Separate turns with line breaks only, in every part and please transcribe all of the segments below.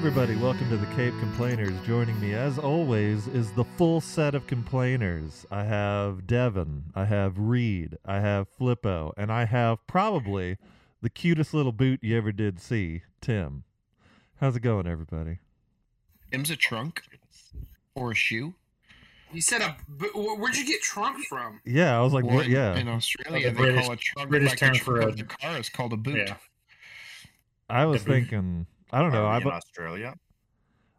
everybody. Welcome to the Cape Complainers. Joining me, as always, is the full set of complainers. I have Devin, I have Reed, I have Flippo, and I have probably the cutest little boot you ever did see, Tim. How's it going, everybody?
Tim's a trunk or a shoe.
You said a. but wh- Where'd you get trunk from?
Yeah, I was like,
Or
what?
in,
Yeah,
in Australia,
Oh, the
they
British-
call a trunk
British
like
term
a,
for
trunk
a-
of the car is called a boot.
Yeah.
I was
Devin.
thinking. I don't know.
Are we
I,
in
bu-
Australia.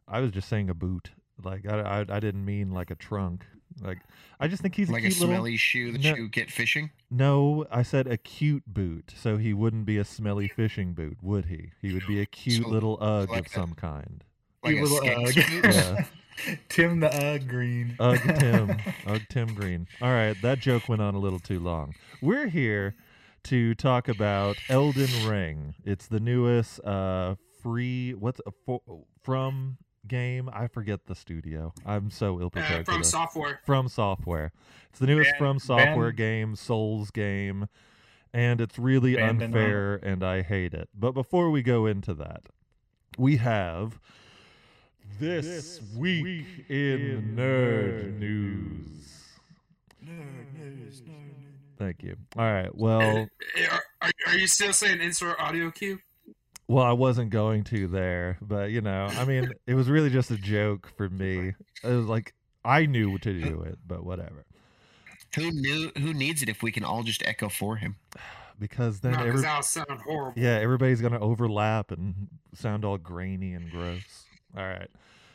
I was just saying a boot. Like I, I, I didn't mean like a trunk. Like I just think he's
Like
a
a
cute little.
smelly shoe that
No.
you get fishing.
No, I said a cute boot, so he wouldn't be a smelly fishing boot, would he? He would be a cute
So-
little Ugg
like
of
a-
some kind.
Like a
You little
uh,
uh,
skate
Ugg.
boot.
Yeah.
Tim the uh, Green.
Ugg Tim. Ugg Tim Green. All right, that joke went on a little too long. We're here to talk about Elden Ring. It's the newest uh free what's a fo- from game. I forget the studio. I'm so ill
Uh,
prepared.
from software.
From Software. It's the newest
Ban-
From Software
ban-
game, Souls game, and it's really
Bandana.
unfair and I hate it. But before we go into that, we have this, week, in, nerd, news. Thank you. All right. Well,
Eh, Are, are, are you still saying insert audio cue?
well, I wasn't going to there, but you know, I mean, it was really just a joke for me. It was like I knew to do it, but whatever.
Who knew? Who needs it if we can all just echo for him?
Because
No,
then every.
because that'll sound horrible.
Yeah, everybody's going to overlap and sound all grainy and gross. All right.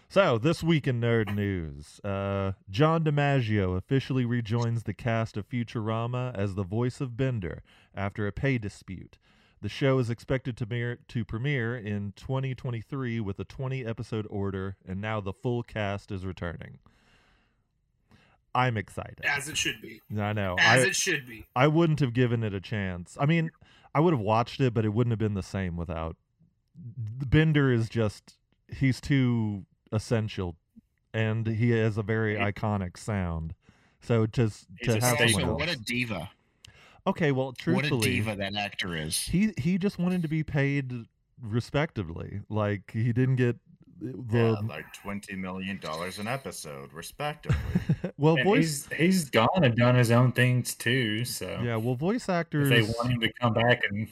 So, this week in nerd news, uh, John DiMaggio officially rejoins the cast of Futurama as the voice of Bender after a pay dispute. The show is expected to, mer- to premiere in 2023 with a 20 episode order, and now the full cast is returning. I'm excited.
As it should be.
I know.
As
I-
it should be.
I wouldn't have given it a chance. I mean, I would have watched it, but it wouldn't have been the same without Bender is just he's too essential and he has a very iconic sound. So just
He's
to
a
have
staple.
someone else.
Also, what a diva!
okay, well, truthfully,
What a diva that actor is.
he he just wanted to be paid respectably. Like he didn't get eh,
Yeah,
the
like twenty million dollars an episode, respectively.
well
And
voice
he's he's gone and done his own things too. So
yeah well voice
if
actors
they want him to come back and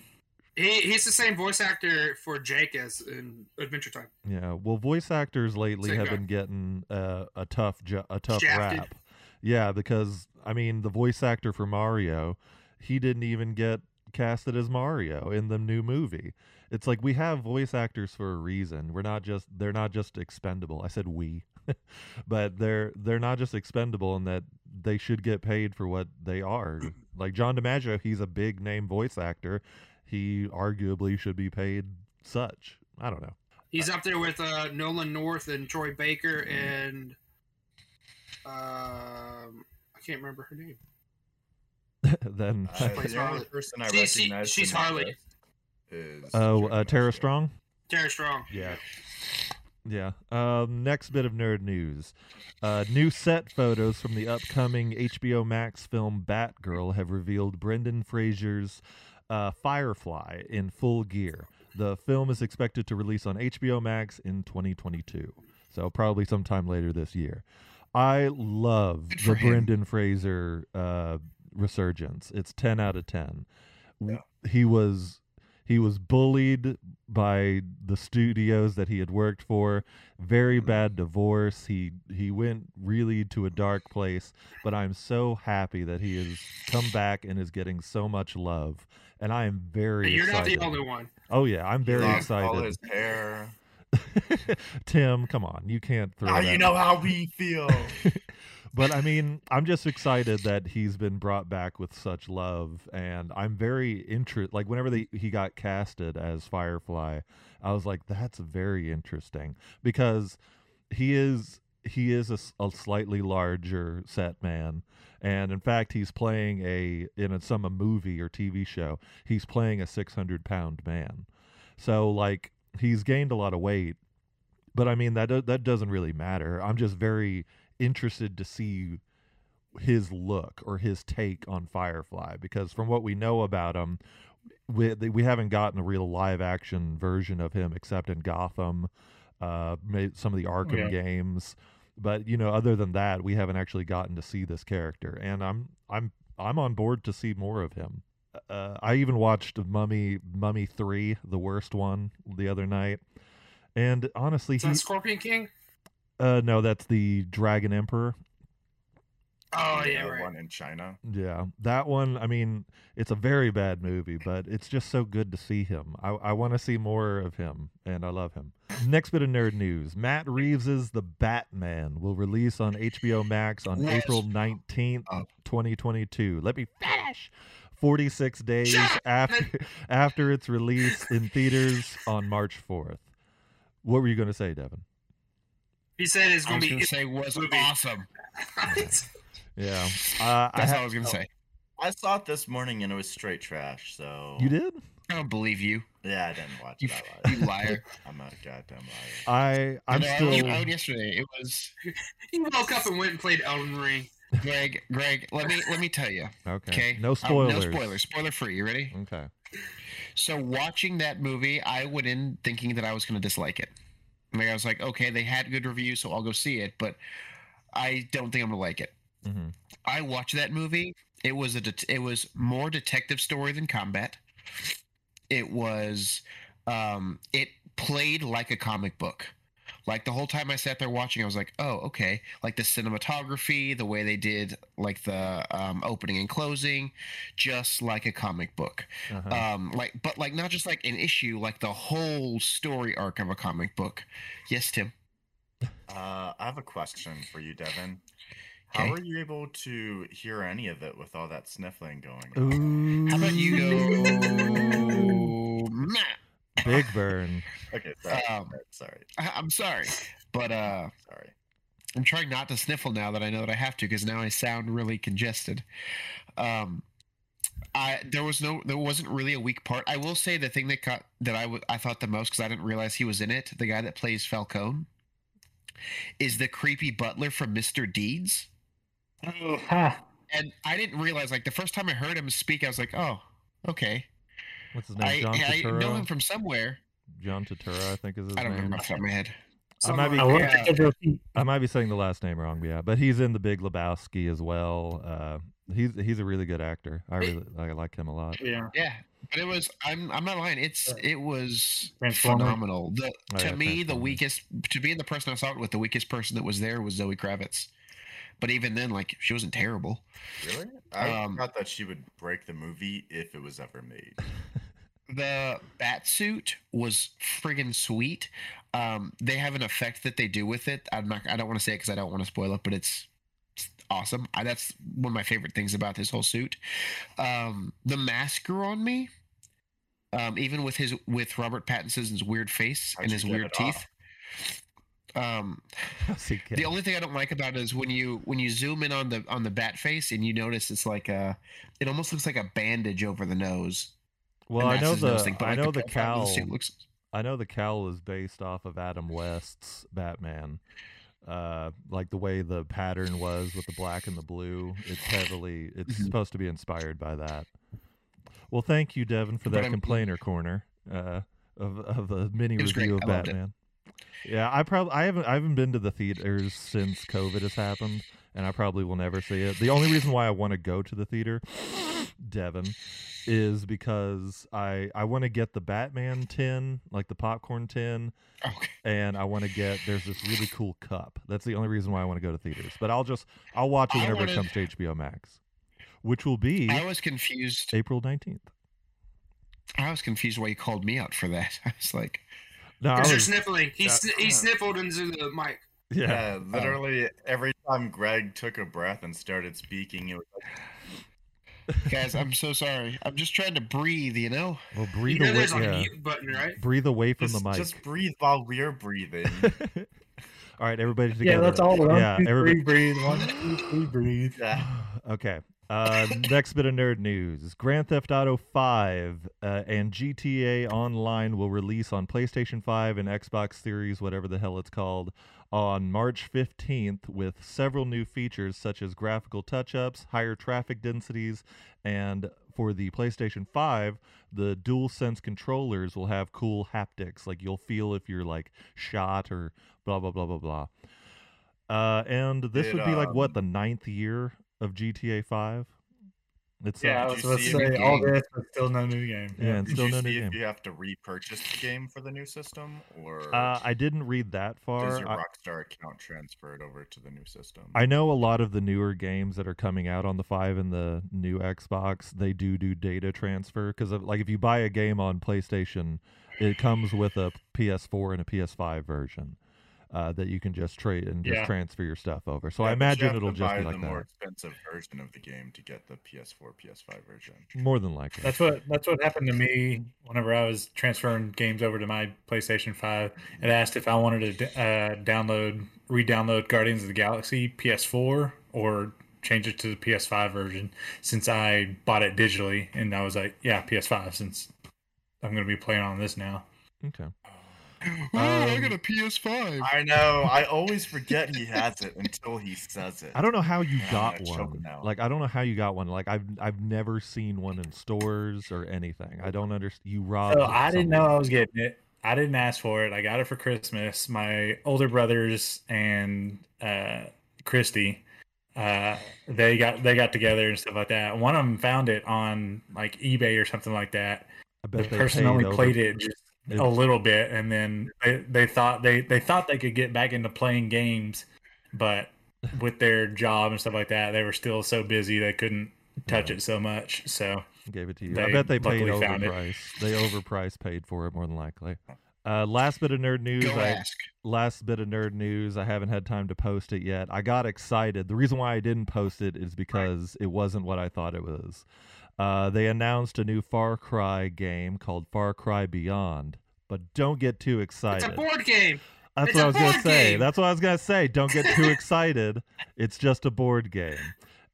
He, he's the same voice actor for Jake as in Adventure Time.
Yeah, well, voice actors lately
Same
have
guy.
been getting uh, a tough jo- a tough
Shafted.
rap. Yeah, because I mean, the voice actor for Mario, he didn't even get casted as Mario in the new movie. It's like we have voice actors for a reason. We're not just they're not just expendable. I said we, but they're they're not just expendable in that they should get paid for what they are. Like John DiMaggio, he's a big name voice actor. He arguably should be paid such. I don't know.
He's up there with uh, Nolan North and Troy Baker
Mm-hmm.
and um, I can't remember her name.
then
Uh,
Plays
the only
Harley.
person I
She- she-
recognize
she's
from that
Harley.
list Is
oh
Jim
uh, Tara
Mansfield.
Strong.
Tara Strong.
Yeah. Yeah. Um, next bit of nerd news: uh, new set photos from the upcoming HBO Max film Batgirl have revealed Brendan Fraser's uh, Firefly in full gear. The film is expected to release on HBO Max in 2022, so probably sometime later this year. I love
Good
the
for him.
Brendan Fraser uh, resurgence. It's 10 out of 10. W- He was he was bullied by the studios that he had worked for. Very bad divorce. He he went really to a dark place, but I'm so happy that he has come back and is getting so much love. And I am very
Hey, you're not
excited.
the only one.
Oh yeah, I'm very
Lost All
excited.
his hair.
Tim, come on, you can't throw.
Now
that.
you know how we feel.
but I mean, I'm just excited that he's been brought back with such love, and I'm very interested. Like whenever they, he got casted as Firefly, I was like, that's very interesting because he is he is a, s- a slightly larger set man, and in fact, he's playing a in a, some a movie or TV show. He's playing a 600 pound man, so like he's gained a lot of weight. But I mean that do- that doesn't really matter. I'm just very interested to see his look or his take on Firefly because from what we know about him, we we haven't gotten a real live action version of him except in Gotham. uh, made some of the Arkham
Yeah.
games. But you know, other than that, we haven't actually gotten to see this character, and I'm I'm I'm on board to see more of him. Uh, I even watched Mummy Mummy Three, the worst one, the other night, and honestly,
Is
Mm-hmm.
that
he,
Scorpion King?
uh, no, that's the Dragon Emperor.
Oh
The,
yeah,
uh,
right.
one in China.
Yeah, that one. I mean, it's a very bad movie, but it's just so good to see him. I, I want to see more of him, and I love him. Next bit of nerd news: Matt Reeves's The Batman will release on HBO Max on
Yes.
April nineteenth,
Oh.
twenty twenty-two. Let me finish. Forty-six days
Shut
after after its release in theaters on March fourth. What were you going to say, Devin?
He said it's
I
gonna
was
be.
gonna say was
movie.
awesome.
Yeah, uh, I ha-
That's what I was gonna say.
I saw it this morning and it was straight trash. So
you did.
I don't believe you,
Yeah, I didn't watch
You-
it. I lied.
you liar.
I'm a goddamn liar.
I I'm
No, I
still.
was out yesterday. It was
he woke up and went and played Elden Ring.
Greg. Greg, let me let me tell you.
Okay.
Okay.
No
Um,
spoilers.
no spoilers. Spoiler free. You ready?
Okay.
So watching that movie, I went in thinking that I was going to dislike it. Like I was like, okay, they had good reviews, so I'll go see it, but I don't think I'm going to like it.
hmm
I watched that movie. It was a det- it was more detective story than combat. It was um it played like a comic book. Like the whole time I sat there watching, I was like, "Oh, okay." Like the cinematography, the way they did like the um, opening and closing, just like a comic book.
Uh-huh.
Um, like, but like not just like an issue, like the whole story arc of a comic book. Yes, Tim.
Uh, I have a question for you, Devin. How
Okay.
are you able to hear any of it with all that sniffling going on?
Ooh.
Uh, How about you go? Matt?
Big burn.
Okay,
Uh,
sorry,
Um,
sorry,
I- I'm sorry, but uh,
sorry.
I'm trying not to sniffle now that I know that I have to because now I sound really congested. Um, I there was no there wasn't really a weak part. I will say the thing that caught that I w- I thought the most because I didn't realize he was in it. The guy that plays Falcone is the creepy butler from Mister Deeds,
Oh, ha.
and I didn't realize like the first time I heard him speak, I was like, oh, okay.
What's his name?
I,
John
I
Turturro.
know him from somewhere.
John Turturro, I think is his
I don't
name.
remember off the top of my head.
I might be.
I
will-
looked at the
I might be saying the last name wrong, but yeah. But he's in the Big Lebowski as well. Uh, he's he's a really good actor. I really I like him a lot.
Yeah.
Yeah, but it was. I'm. I'm not lying. It's. It was
Transformer.
phenomenal. The,
Oh,
to
yeah,
me, the
Transformer.
weakest. To being the person I saw it with, the weakest person that was there was Zoe Kravitz. But even then, like she wasn't terrible.
Really? I
Um,
thought that she would break the movie if it was ever made.
The bat suit was friggin' sweet. Um, they have an effect that they do with it. I'm not. I don't want to say it because I don't want to spoil it, but it's, it's awesome. I, that's one of my favorite things about this whole suit. Um, the mask grew on me. Um, even with his with Robert Pattinson's weird face
How'd
and
you
his
get
weird
it
teeth. Um,
How's he
The
kidding?
only thing I don't like about it is when you when you zoom in on the on the bat face and you notice it's like a it almost looks like a bandage over the nose.
well,
And
I
that's
know
his
the
nose thing, but,
I
like,
know the
profile
cowl.
of suit looks
I know the cowl is based off of Adam West's Batman. Uh, like the way the pattern was with the black and the blue, it's heavily it's
Mhm.
supposed to be inspired by that. Well, thank you, Devin, for
But
that
I'm-
complainer corner uh, of of a mini
It was great.
review of
I loved it.
Batman. Yeah, I probably I haven't I haven't been to the theaters since COVID has happened, and I probably will never see it. The only reason why I want to go to the theater, Devin, is because I I want to get the Batman tin, like the popcorn tin,
okay.
and I want to get there's this really cool cup. That's the only reason why I want to go to theaters. But I'll just I'll watch it
I
whenever it
wanted-
comes to HBO Max, which will be
I was confused.
April nineteenth.
I was confused why you called me out for that. I was like,
No, I
Because you're
was,
sniffling. He
Yeah.
sn- he sniffled into the mic.
uh,
yeah, Uh,
Yeah, literally every time Greg took a breath and started speaking, it was like,
guys, I'm so sorry. I'm just trying to breathe, you know?
well,
You
breathe
know,
away,
there's like a
yeah.
mute button, right?
breathe away from
just,
the mic.
just breathe while we're breathing.
all right, everybody
Yeah,
together.
that's all. One,
Yeah,
two,
everybody-
three, breathe. One, two, three, breathe.
yeah.
okay. Uh, next bit of nerd news: Grand Theft Auto 5 uh, and GTA Online will release on PlayStation 5 and Xbox Series, whatever the hell it's called, on March 15th, with several new features such as graphical touch-ups, higher traffic densities, and for the PlayStation 5, the DualSense controllers will have cool haptics. Like you'll feel if you're like shot or blah, blah, blah, blah, blah. Uh, and this
Did,
would be like what,
um,
the ninth year of GTA 5? It's uh,
Yeah, I
did
was
you
about to
see any
say all
game?
this, but still no new game.
Yeah, and
Did
still
you
no
see
new
if
game.
you have to repurchase the game for the new system, or
Uh, I didn't read that
does
far.
your
I-
Rockstar account transfer it over to the new system?
I know a lot of the newer games that are coming out on the five and the new Xbox, they do do data transfer because like if you buy a game on PlayStation, it comes with a PS4 and a PS5 version uh, that you can just trade and just
Yeah.
transfer your stuff over. So I
Yeah, but you
imagine
have
it'll
to
just
buy
be
the
like that,
more expensive version of the game to get the PS4, PS5 version.
more than likely.
That's what that's what happened to me whenever I was transferring games over to my PlayStation 5. It asked if I wanted to uh, download, re-download Guardians of the Galaxy PS4 or change it to the PS5 version since I bought it digitally and I was like, yeah, PS5 since I'm going to be playing on this now.
okay.
Oh, I
Um,
got a PS5.
I know. I always forget he has it until he says it.
I don't know how you
Yeah, I'm
got
gonna choke
one.
now.
Like I don't know how you got one. Like I've I've never seen one in stores or anything. I don't understand. You robbed.
So
it
I didn't know
somewhere.
I was getting it. I didn't ask for it. I got it for Christmas. My older brothers and uh, Christy, uh, they got they got together and stuff like that. One of them found it on like eBay or something like that.
I
The
bet they
person
paid
only
over-
played it just
it-
a little bit, and then they, they thought they they thought they could get back into playing games, but with their job and stuff like that, they were still so busy they couldn't touch
Yeah.
it so much. So
gave it to you. I
They
bet they paid
luckily found it.
overpriced. They overpriced paid for it more than likely. Uh, last bit of nerd news.
Go
I,
ask.
last bit of nerd news. I haven't had time to post it yet. I got excited. The reason why I didn't post it is because it wasn't what I thought it was. Uh, they announced a new Far Cry game called Far Cry Beyond. But don't get too
It's
excited.
a board game.
That's
It's
what
a
I was gonna
board
say.
game.
That's what I was gonna say. Don't get too excited. It's just a board game,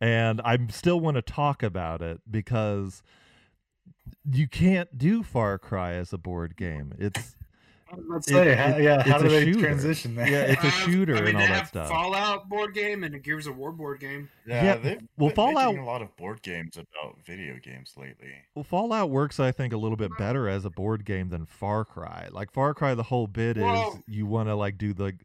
and I still want to talk about it because you can't do Far Cry as a board game. It's
let's
It-
say, how,
it-
yeah, how
it's
do
a
they
shooter.
transition that?
yeah, it's a
Uh,
shooter
I mean,
and all
they
that
have
stuff.
Fallout board game and a Gears of War board game.
yeah, well,
they've been making
Fallout-
a lot of board games about video games lately.
well, Fallout works, I think, a little bit better as a board game than Far Cry. Like Far Cry, the whole bit is
Well-
you want to like do the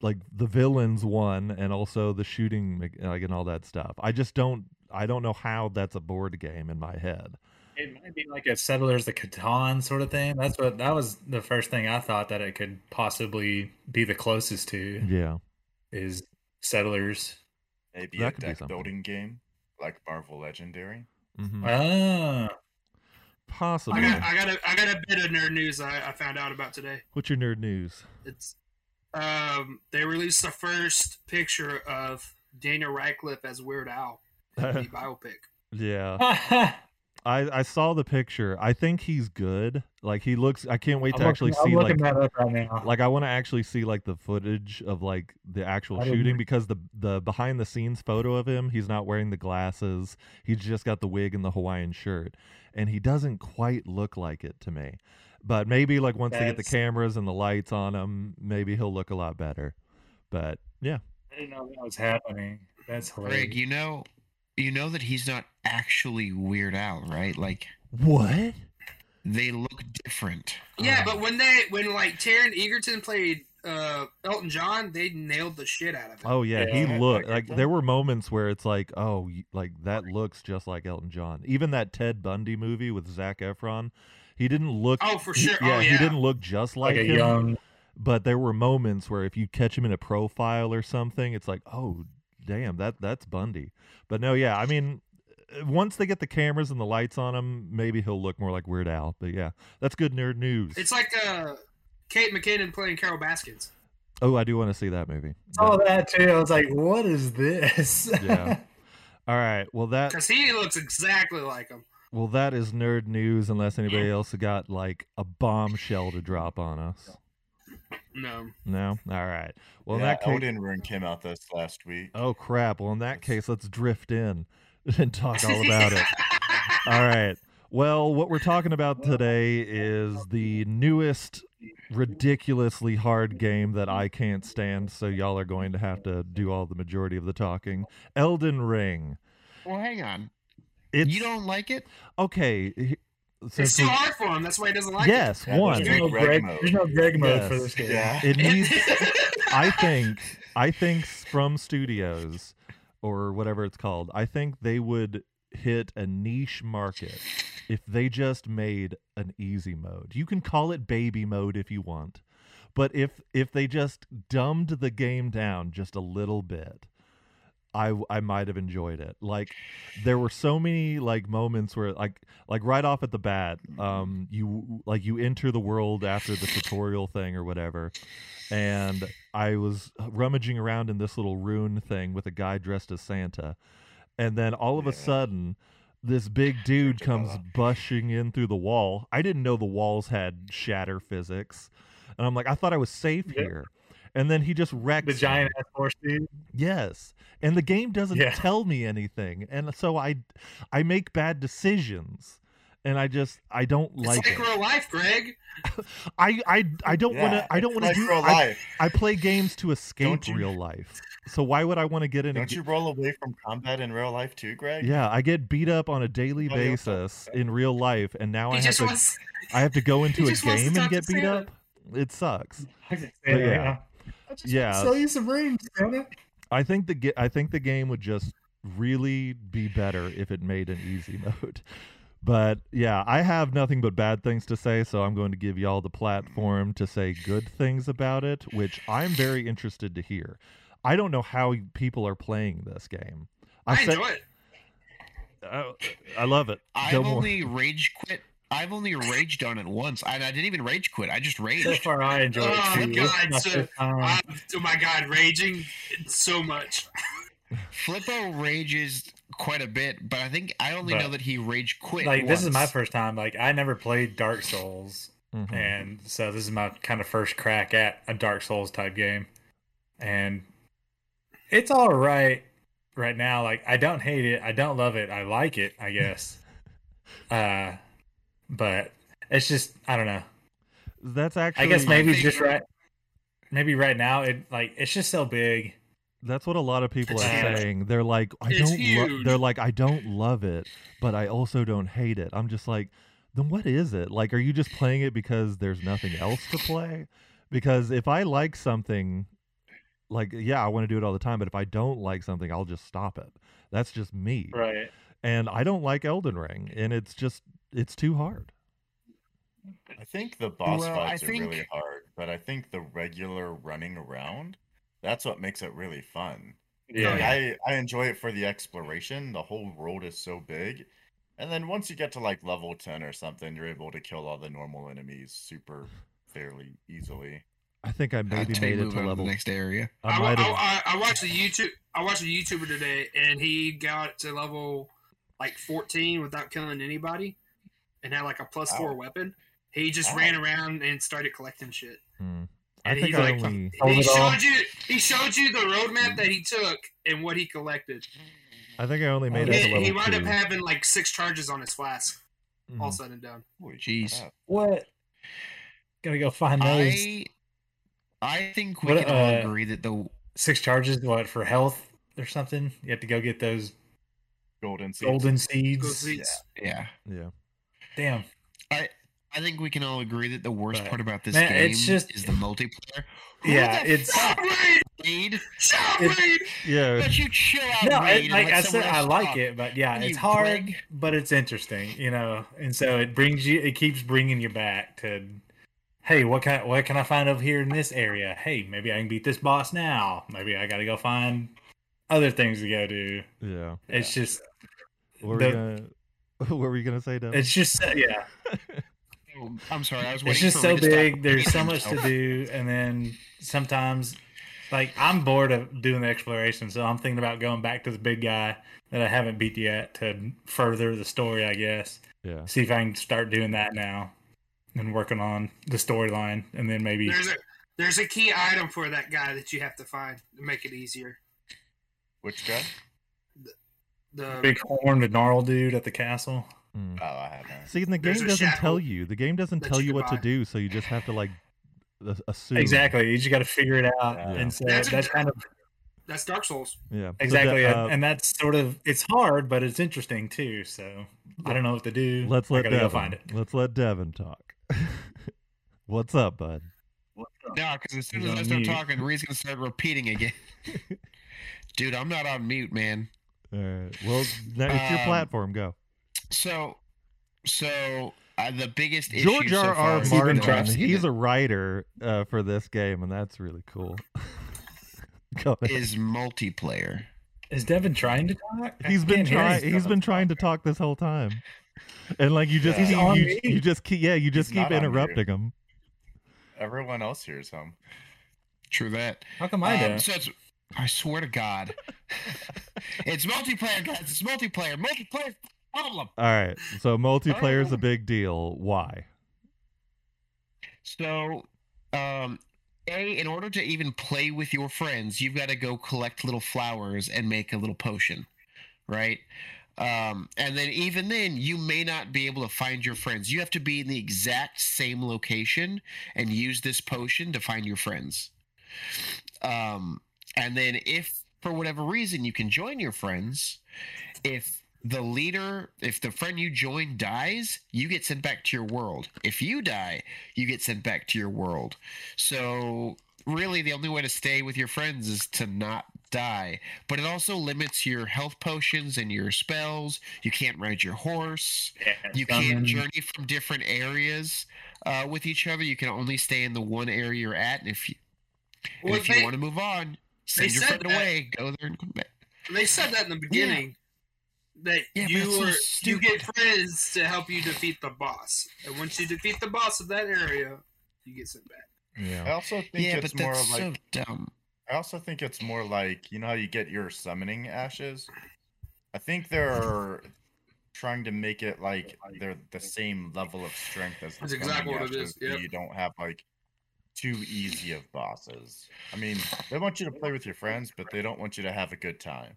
like the villains one and also the shooting mech- like and all that stuff. I just don't. I don't know how that's a board game in my head.
It might be like a Settlers of Catan sort of thing. That's what that was the first thing I thought that it could possibly be the closest to
Yeah.
is Settlers.
Maybe
That
a
could be
deck
something.
building game like Marvel Legendary.
hmm
Oh,
Possibly.
I got, I got a, I got a bit of nerd news I, I found out about today.
What's your nerd news?
It's, um, they released the first picture of Daniel Radcliffe as Weird Al in the biopic.
yeah.
Oh. Ah.
I, I saw the picture. I think he's good. Like he looks I can't wait to
I'm
actually
looking-
see
I'm
like
looking that up right now.
like I want to actually see like the footage of like the actual
I didn't-
shooting because the the behind the scenes photo of him, he's not wearing the glasses. He's just got the wig and the Hawaiian shirt, and he doesn't quite look like it to me. But maybe like once they get the
That's-
cameras and the lights on him, maybe he'll look a lot better. But yeah,
I didn't know that was happening. That's
Greg,
hilarious.
you know, you know that he's not actually Weird Al, right? Like
what?
they look different.
Yeah,
Oh.
but when they when like Taryn Egerton played uh, Elton John, they nailed the shit out of it.
Oh yeah,
Yeah,
he
I- I
looked
get
like
that.
there were moments where it's like, oh, y- like that looks just like Elton John. Even that Ted Bundy movie with Zach Efron, he didn't look.
Oh, for
he-
sure. Oh,
he
yeah.
didn't look just like,
Like a
him.
young
But there were moments where if you catch him in a profile or something, it's like, oh, damn, that that's Bundy. But no, yeah, I mean, uh, once they get the cameras and the lights on him, maybe he'll look more like Weird Al. But yeah, that's good nerd news.
It's like uh, Kate McKinnon playing Carol Baskins.
oh, I do want to see that movie.
saw
But-
that too. I was like, what is this?
Yeah. all right, well that
Because he looks exactly like him.
Well, that is nerd news, unless anybody else got like a bombshell to drop on us.
No.
No, all right. Well,
yeah,
in that case,
Elden Ring came out this last week.
oh crap. Well, in that case, let's drift in and talk all about it. All right. Well, what we're talking about today is the newest ridiculously hard game that I can't stand, so y'all are going to have to do all the majority of the talking. Elden Ring.
Well, hang on.
It's
you don't like it?
okay. he-
It's
since
too
we-
hard for him. That's why he doesn't like it.
yes,
Yeah,
one.
There's no
Greg
Greg,
mode.
there's no Greg mode for
Yes.
this game.
Yeah.
It needs. I think. I think Scrum Studios, or whatever it's called, I think they would hit a niche market if they just made an easy mode. You can call it baby mode if you want, but if if they just dumbed the game down just a little bit, I w- I might have enjoyed it. Like there were so many like moments where like like right off at the bat, um you like you enter the world after the tutorial thing or whatever and I was rummaging around in this little rune thing with a guy dressed as Santa. And then all of a
Yeah.
sudden, this big dude comes bushing in through the wall. I didn't know the walls had shatter physics. And I'm like, I thought I was safe
Yeah.
here. And then he just wrecks
The
me.
giant ass horse dude.
Yes. And the game doesn't
Yeah.
tell me anything. And so I I make bad decisions. And I just I don't
It's
like it.
like, real life, Greg.
I I I don't want to I don't want to
like
do
real
I
life.
I play games to escape
you-
real life. So why would I want to get in a
Don't
ga-
you roll away from combat in real life too, Greg?
Yeah, I get beat up on a daily
Nobody else does
basis in real life and now I
He
have
just
to
wants.
I have to go into a
just wants to
game and
talk to
get beat
Santa.
up. It sucks.
I just-
Yeah.
I just
Yeah.
sell you some rings, Santa.
I think the ga- I think the game would just really be better if it made an easy mode. But yeah, I have nothing but bad things to say, so I'm going to give y'all the platform to say good things about it, which I'm very interested to hear. I don't know how people are playing this game.
I
said-
enjoy it.
I, I love it.
I've
Go more.
only rage quit. I've only raged on it once, and I didn't even rage quit. I just
So
raged.
far, I enjoy
Oh,
it. too. It's
God,
my
so-
first time.
i oh my god, raging so much.
Flippo rages quite a bit, but I think I only
But-
know that he rage quit.
like this is my
once. Mm-hmm.
first time. Like I never played Dark Souls,
Mhm.
and so this is my kind of first crack at a Dark Souls type game, and it's all right right now. Like I don't hate it, I don't love it, I like it, I guess. uh, but it's just I don't know.
That's actually
I guess
my
maybe just
favorite-
right. Maybe right now it like it's just so big.
that's what a lot of people
It's
are
huge.
saying. They're like, I
It's
don't. lo-
huge.
they're like, I don't love it, but I also don't hate it. I'm just like, then what is it? Like, are you just playing it because there's nothing else to play? Because if I like something, like yeah, I want to do it all the time. But if I don't like something, I'll just stop it. That's just me.
Right.
And I don't like Elden Ring, and it's just it's too hard.
I think the boss
Well, I
fights are really
think-
hard, but I think the regular running around, that's what makes it really fun.
Yeah.
Like, I, I enjoy it for the exploration. The whole world is so big. And then once you get to like level 10 or something, you're able to kill all the normal enemies super fairly easily.
I think I
I'll
maybe
take
made it
move
to
on
level.
the next area.
I
I, wa-
might have.
I, I, I watched a YouTube. I watched a YouTuber today, and he got to level like 14 without killing anybody, and had like a plus four
Wow.
weapon. He just
Wow.
ran around and started collecting shit.
Mm. I
And
think
he's
I
like,
only.
Hold
he
it all.
showed you. He showed you the roadmap that he took and what he collected.
I think I only made it
He,
to level
he wound
two.
up having like six charges on his flask.
Mhm.
All said and done.
Holy
Jeez.
crap.
What? Gotta go find those
I I think we
What,
can all
uh,
agree that the
six charges. What for health or something? You have to go get those
Golden Seeds.
golden
Go
seeds.
see-
yeah.
Mm-hmm. Yeah.
Damn.
I I think we can all agree that the worst
But,
part about this
man,
game
it's just-
is the multiplayer. Who
Yeah,
the
it's-
fuck
Raid!
played?
Shout
It-
raid!
Yeah.
But you chill out.
No,
Raid,
it,
and
like
let
I
Oh, someone
said, I
else
like
talk.
it, but yeah,
And
it's
you
hard,
brag.
but it's interesting, you know. And so it brings you, it keeps bringing you back to, hey, what can what can I find over here in this area? Hey, maybe I can beat this boss now. Maybe I got to go find other things to go do.
Yeah.
It's just,
What were,
The-
you gonna, what were you gonna say, Deb?
it's just, yeah.
Oh, I'm sorry, I was waiting.
it's just
for
so
Ray to stop
big there's so
reading.
much to do and then sometimes like i'm bored of doing the exploration so i'm thinking about going back to the big guy that i haven't beat yet to further the story i guess
yeah.
see if i can start doing that now and working on the storyline and then maybe
There's a there's a key item for that guy that you have to find to make it easier.
Which guy?
The
big horn the gnarl dude at the castle
Mm.
Oh, I haven't.
See, and the
There's
game
a
doesn't tell
shackle
you. The game doesn't
that
tell
you
you
can
what to
buy.
do, so you just have to like a- assume.
exactly you just got to figure it out
Yeah.
and so
There's a-
that's kind of
That's Dark Souls.
Yeah. So the-
Exactly, and-
uh,
and that's sort of it's hard, but it's interesting too. So I don't know what to do.
let's
I
let
gotta
Devin.
go find it.
Let's let Devin talk. What's up, bud?
No, because as soon
He's
as I
on
start
mute.
talking, Reed's gonna start repeating again. Dude, I'm not on mute, man.
All right. Uh, Well, now it's your
Um,
platform. Go.
So, so uh, the biggest issue
George
so
R.
far
R.
is that
Martin.
I've seen
He's
it,
a writer uh, for this game, and that's really cool. Go ahead.
is multiplayer.
Is Devin trying to talk? I
He's been
can't hear
trying.
him.
He's been trying to talk this whole time, and like you just
Yeah. He's
keep,
on
you,
mute.
you just keep yeah you just
He's
keep
not on mute.
interrupting him.
Everyone else here is home.
True that.
How come I
Um,
don't?
so it's, I swear to God, it's multiplayer, guys. It's multiplayer. Multiplayer problem.
All right, so multiplayer is a big deal. Why?
So, um, a in order to even play with your friends, you've got to go collect little flowers and make a little potion, right? Um, and then even then, you may not be able to find your friends. You have to be in the exact same location and use this potion to find your friends. Um, and then if for whatever reason you can join your friends, if the leader, if the friend you join dies, you get sent back to your world. If you die, you get sent back to your world. So really the only way to stay with your friends is to not die. But it also limits your health potions and your spells. You can't ride your horse. You
um,
can't journey from different areas uh, with each other. You can only stay in the one area you're at. And if you, and
Well,
if you
they,
want to move on, send your
said
friend
that.
away. Go there and come back.
they said that in the beginning that
Yeah, but
you
it's so
are you get
stupid.
friends to help you defeat the boss, and once you defeat the boss of that area, you get sent back.
I
Yeah.
also think
Yeah, but
it's more
that's
like
so dumb.
I also think it's more like you know how you get your summoning ashes. I think they're trying to make it like they're the same level of strength as the
That's
summoning
exactly what it
ashes,
is,
so
yep.
You don't have like too easy of bosses. I mean, they want you to play with your friends, but they don't want you to have a good time.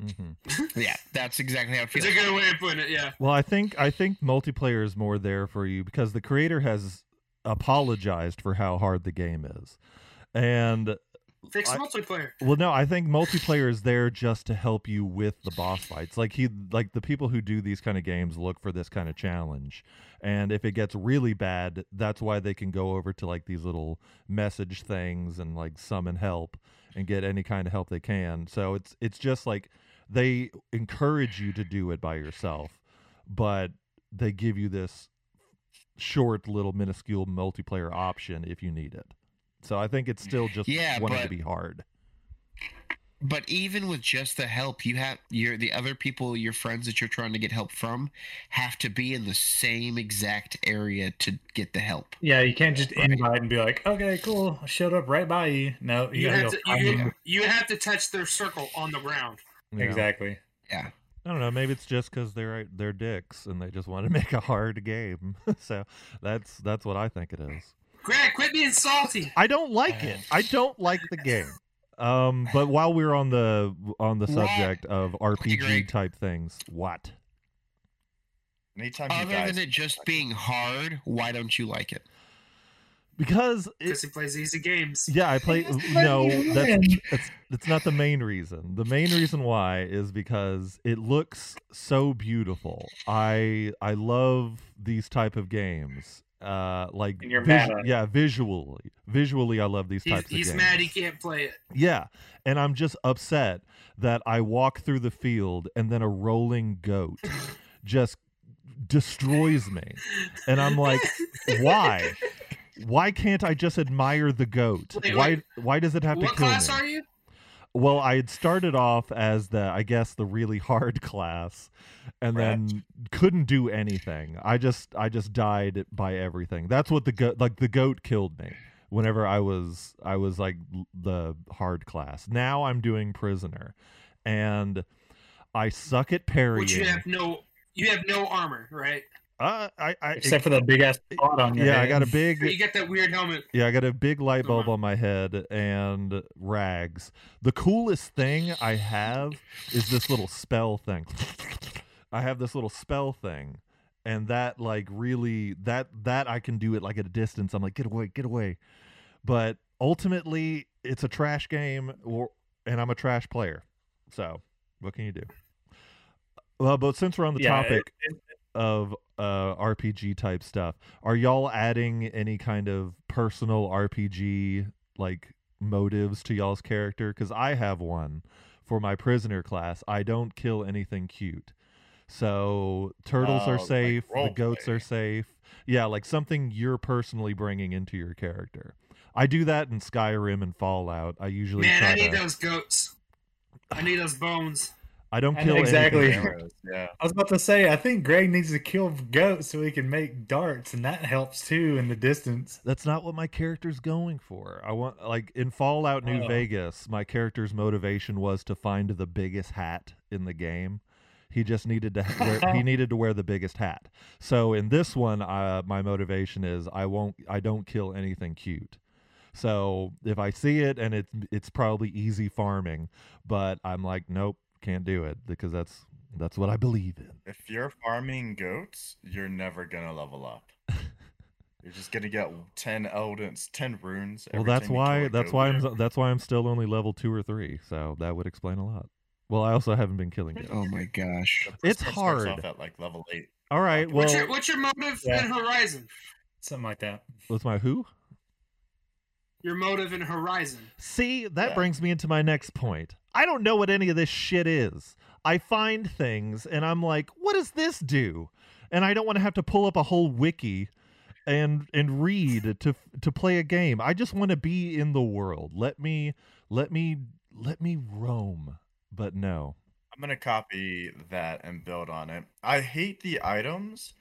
hmm
Yeah, that's exactly how it
It's
feels.
a good way of putting it. Yeah,
Well, I think I think multiplayer is more there for you because the creator has apologized for how hard the game is, and
fix
I-
multiplayer.
Well, no, I think multiplayer is there just to help you with the boss fights. Like he, like the people who do these kind of games look for this kind of challenge, and if it gets really bad, that's why they can go over to like these little message things and like summon help and get any kind of help they can. So it's it's just like they encourage you to do it by yourself, but they give you this short little minuscule multiplayer option if you need it. So I think it's still just
Yeah,
wanting to
but-
be hard.
but even with just the help you have your the other people your friends that you're trying to get help from have to be in the same exact area to get the help
Yeah, you can't just
Right.
invite and be like, "Okay, cool, I showed up right by you." No, you,
You
gotta
have
go
to
find
you,
them.
you have to touch their circle on the ground.
Yeah.
Exactly.
I don't know. Maybe it's just because they're uh, they're dicks and they just want to make a hard game. so that's that's what I think it is.
Greg, quit being salty.
I don't like it. I don't like the game. Um, but while we're on the on the
What?
subject of RPG
Greg.
type things, what?
Anytime you
other
guys,
than it just being hard why don't you like it
Because
Because
it,
he plays easy games.
yeah, I play. No, that's that's that's not the main reason. The main reason why is because it looks so beautiful. I I love these type of games. Uh, like
And you're mad at it.
yeah, visually, visually, I love these
He's,
types
he's
of games.
mad he can't play it.
Yeah, and I'm just upset that I walk through the field and then a rolling goat just destroys me, and I'm like, why? Why can't I just admire the goat?
Wait,
why?
wait.
Why does it have to
What
kill
class
me?
are you?
Well, I had started off as the, I guess, the really hard class, and then couldn't do anything. I just, I just died by everything. That's what the goat, like the goat, killed me. Whenever I was, I was like l- the hard class. Now I'm doing prisoner, and I suck at parrying.
Which you have no you have no armor, right?
uh, I, I,
Except for the big ass spot on your
yeah,
head.
I got a big.
But you got that weird helmet.
Yeah, I got a big light
Never
bulb on my head and rags. The coolest thing I have is this little spell thing. I have this little spell thing and that like really that that I can do it like at a distance. I'm like get away, get away. But ultimately it's a trash game or and I'm a trash player. So what can you do? Well, but since we're on the
Yeah, it-
topic
it-
of uh, RPG type stuff, are y'all adding any kind of personal RPG like motives to y'all's character? Because I have one for my prisoner class. I don't kill anything cute. So turtles
Oh,
are
like
safe, the
role
goats
play.
are safe. Yeah, like something you're personally bringing into your character. I do that in Skyrim and Fallout. I usually
Man,
try
I need
to,
those goats. I need those bones.
I don't
I
kill
know exactly.
anything else.
Arrows, yeah.
I was about to say, I think Greg needs to kill goats so he can make darts, and that helps too in the distance.
That's not what my character's going for. I want like in Fallout New
Oh.
Vegas, my character's motivation was to find the biggest hat in the game. He just needed to wear, he needed to wear the biggest hat. So in this one, uh, my motivation is I won't I don't kill anything cute. So if I see it and it's it's probably easy farming, but I'm like nope, can't do it because that's that's what I believe in.
If you're farming goats, you're never gonna level up. you're just gonna get ten eldents, ten runes.
Well,
every
that's
time you kill
why
a
that's
goat.
why I'm that's why I'm still only level two or three. So that would explain a lot. Well, I also haven't been killing it.
Oh my gosh.
The first
It's
one starts
hard.
Off at like level eight.
All right. Well,
what's your what's your motive
Yeah.
in Horizon?
Something like that.
what's my who?
Your motive in Horizon.
See, that
Yeah.
brings me into my next point. I don't know what any of this shit is. I find things and I'm like, what does this do? And I don't want to have to pull up a whole wiki and and read to to play a game. I just want to be in the world. Let me let me let me roam. But no.
I'm gonna copy that and build on it. I hate the items,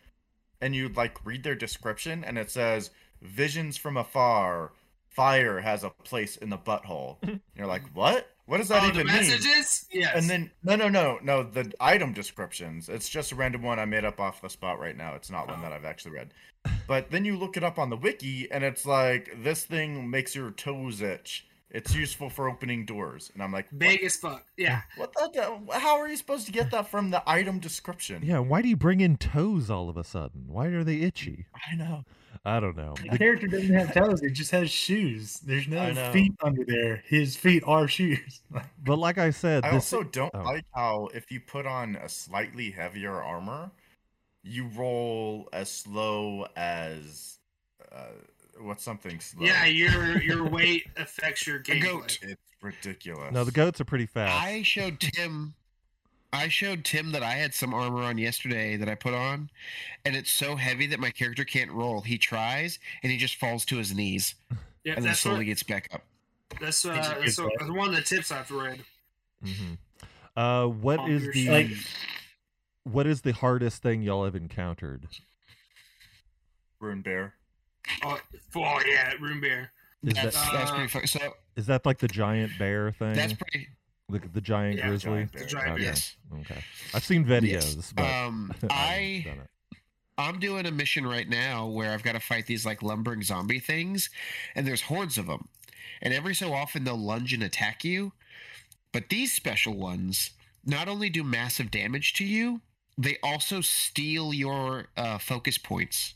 and you like read their description, and it says visions from afar. Fire has a place in the butthole. And you're like, what? What does that
oh, the
even mean?
messages? Yes.
And then no, no, no, no. The item descriptions. It's just a random one I made up off the spot right now. It's not
Oh.
one that I've actually read. But then you look it up on the wiki, and it's like this thing makes your toes itch. It's useful for opening doors. And I'm like, what?
Big as fuck. Yeah.
What the, the- How are you supposed to get that from the item description?
Yeah, why do you bring in toes all of a sudden? Why are they itchy?
I know.
I don't know.
The character doesn't have toes; he just has shoes. There's
I
no
know.
feet under there. His feet are shoes.
But like I said,
I
this
also don't
oh.
like how if you put on a slightly heavier armor, you roll as slow as uh, what's something slow.
Yeah, your your weight affects your gameplay.
goat.
it's ridiculous.
no, the goats are pretty fast.
I showed Tim. I showed Tim that I had some armor on yesterday that I put on, and it's so heavy that my character can't roll. He tries, and he just falls to his knees,
Yeah,
and then
that's what,
slowly gets back up.
that's, uh,
It's a
that's,
good
what- one of the tips I've read.
Mhm. Uh, what
Pop
is
your
the
shit.
Like,
what is the hardest thing y'all have encountered?
Rune bear.
Oh, oh yeah, room bear.
Is
That's,
that Oh,
that's
Uh,
pretty. Fu- so
is that like the giant bear thing?
that's pretty.
the, the giant
Yeah,
grizzly.
giant
The
bear.
giant
Okay.
bear.
Yes.
Okay, I've seen videos, but
Um,
I haven't
I
done it.
I'm doing a mission right now where I've got to fight these like lumbering zombie things, and there's hordes of them. And every so often they'll lunge and attack you. But these special ones not only do massive damage to you, they also steal your uh, focus points.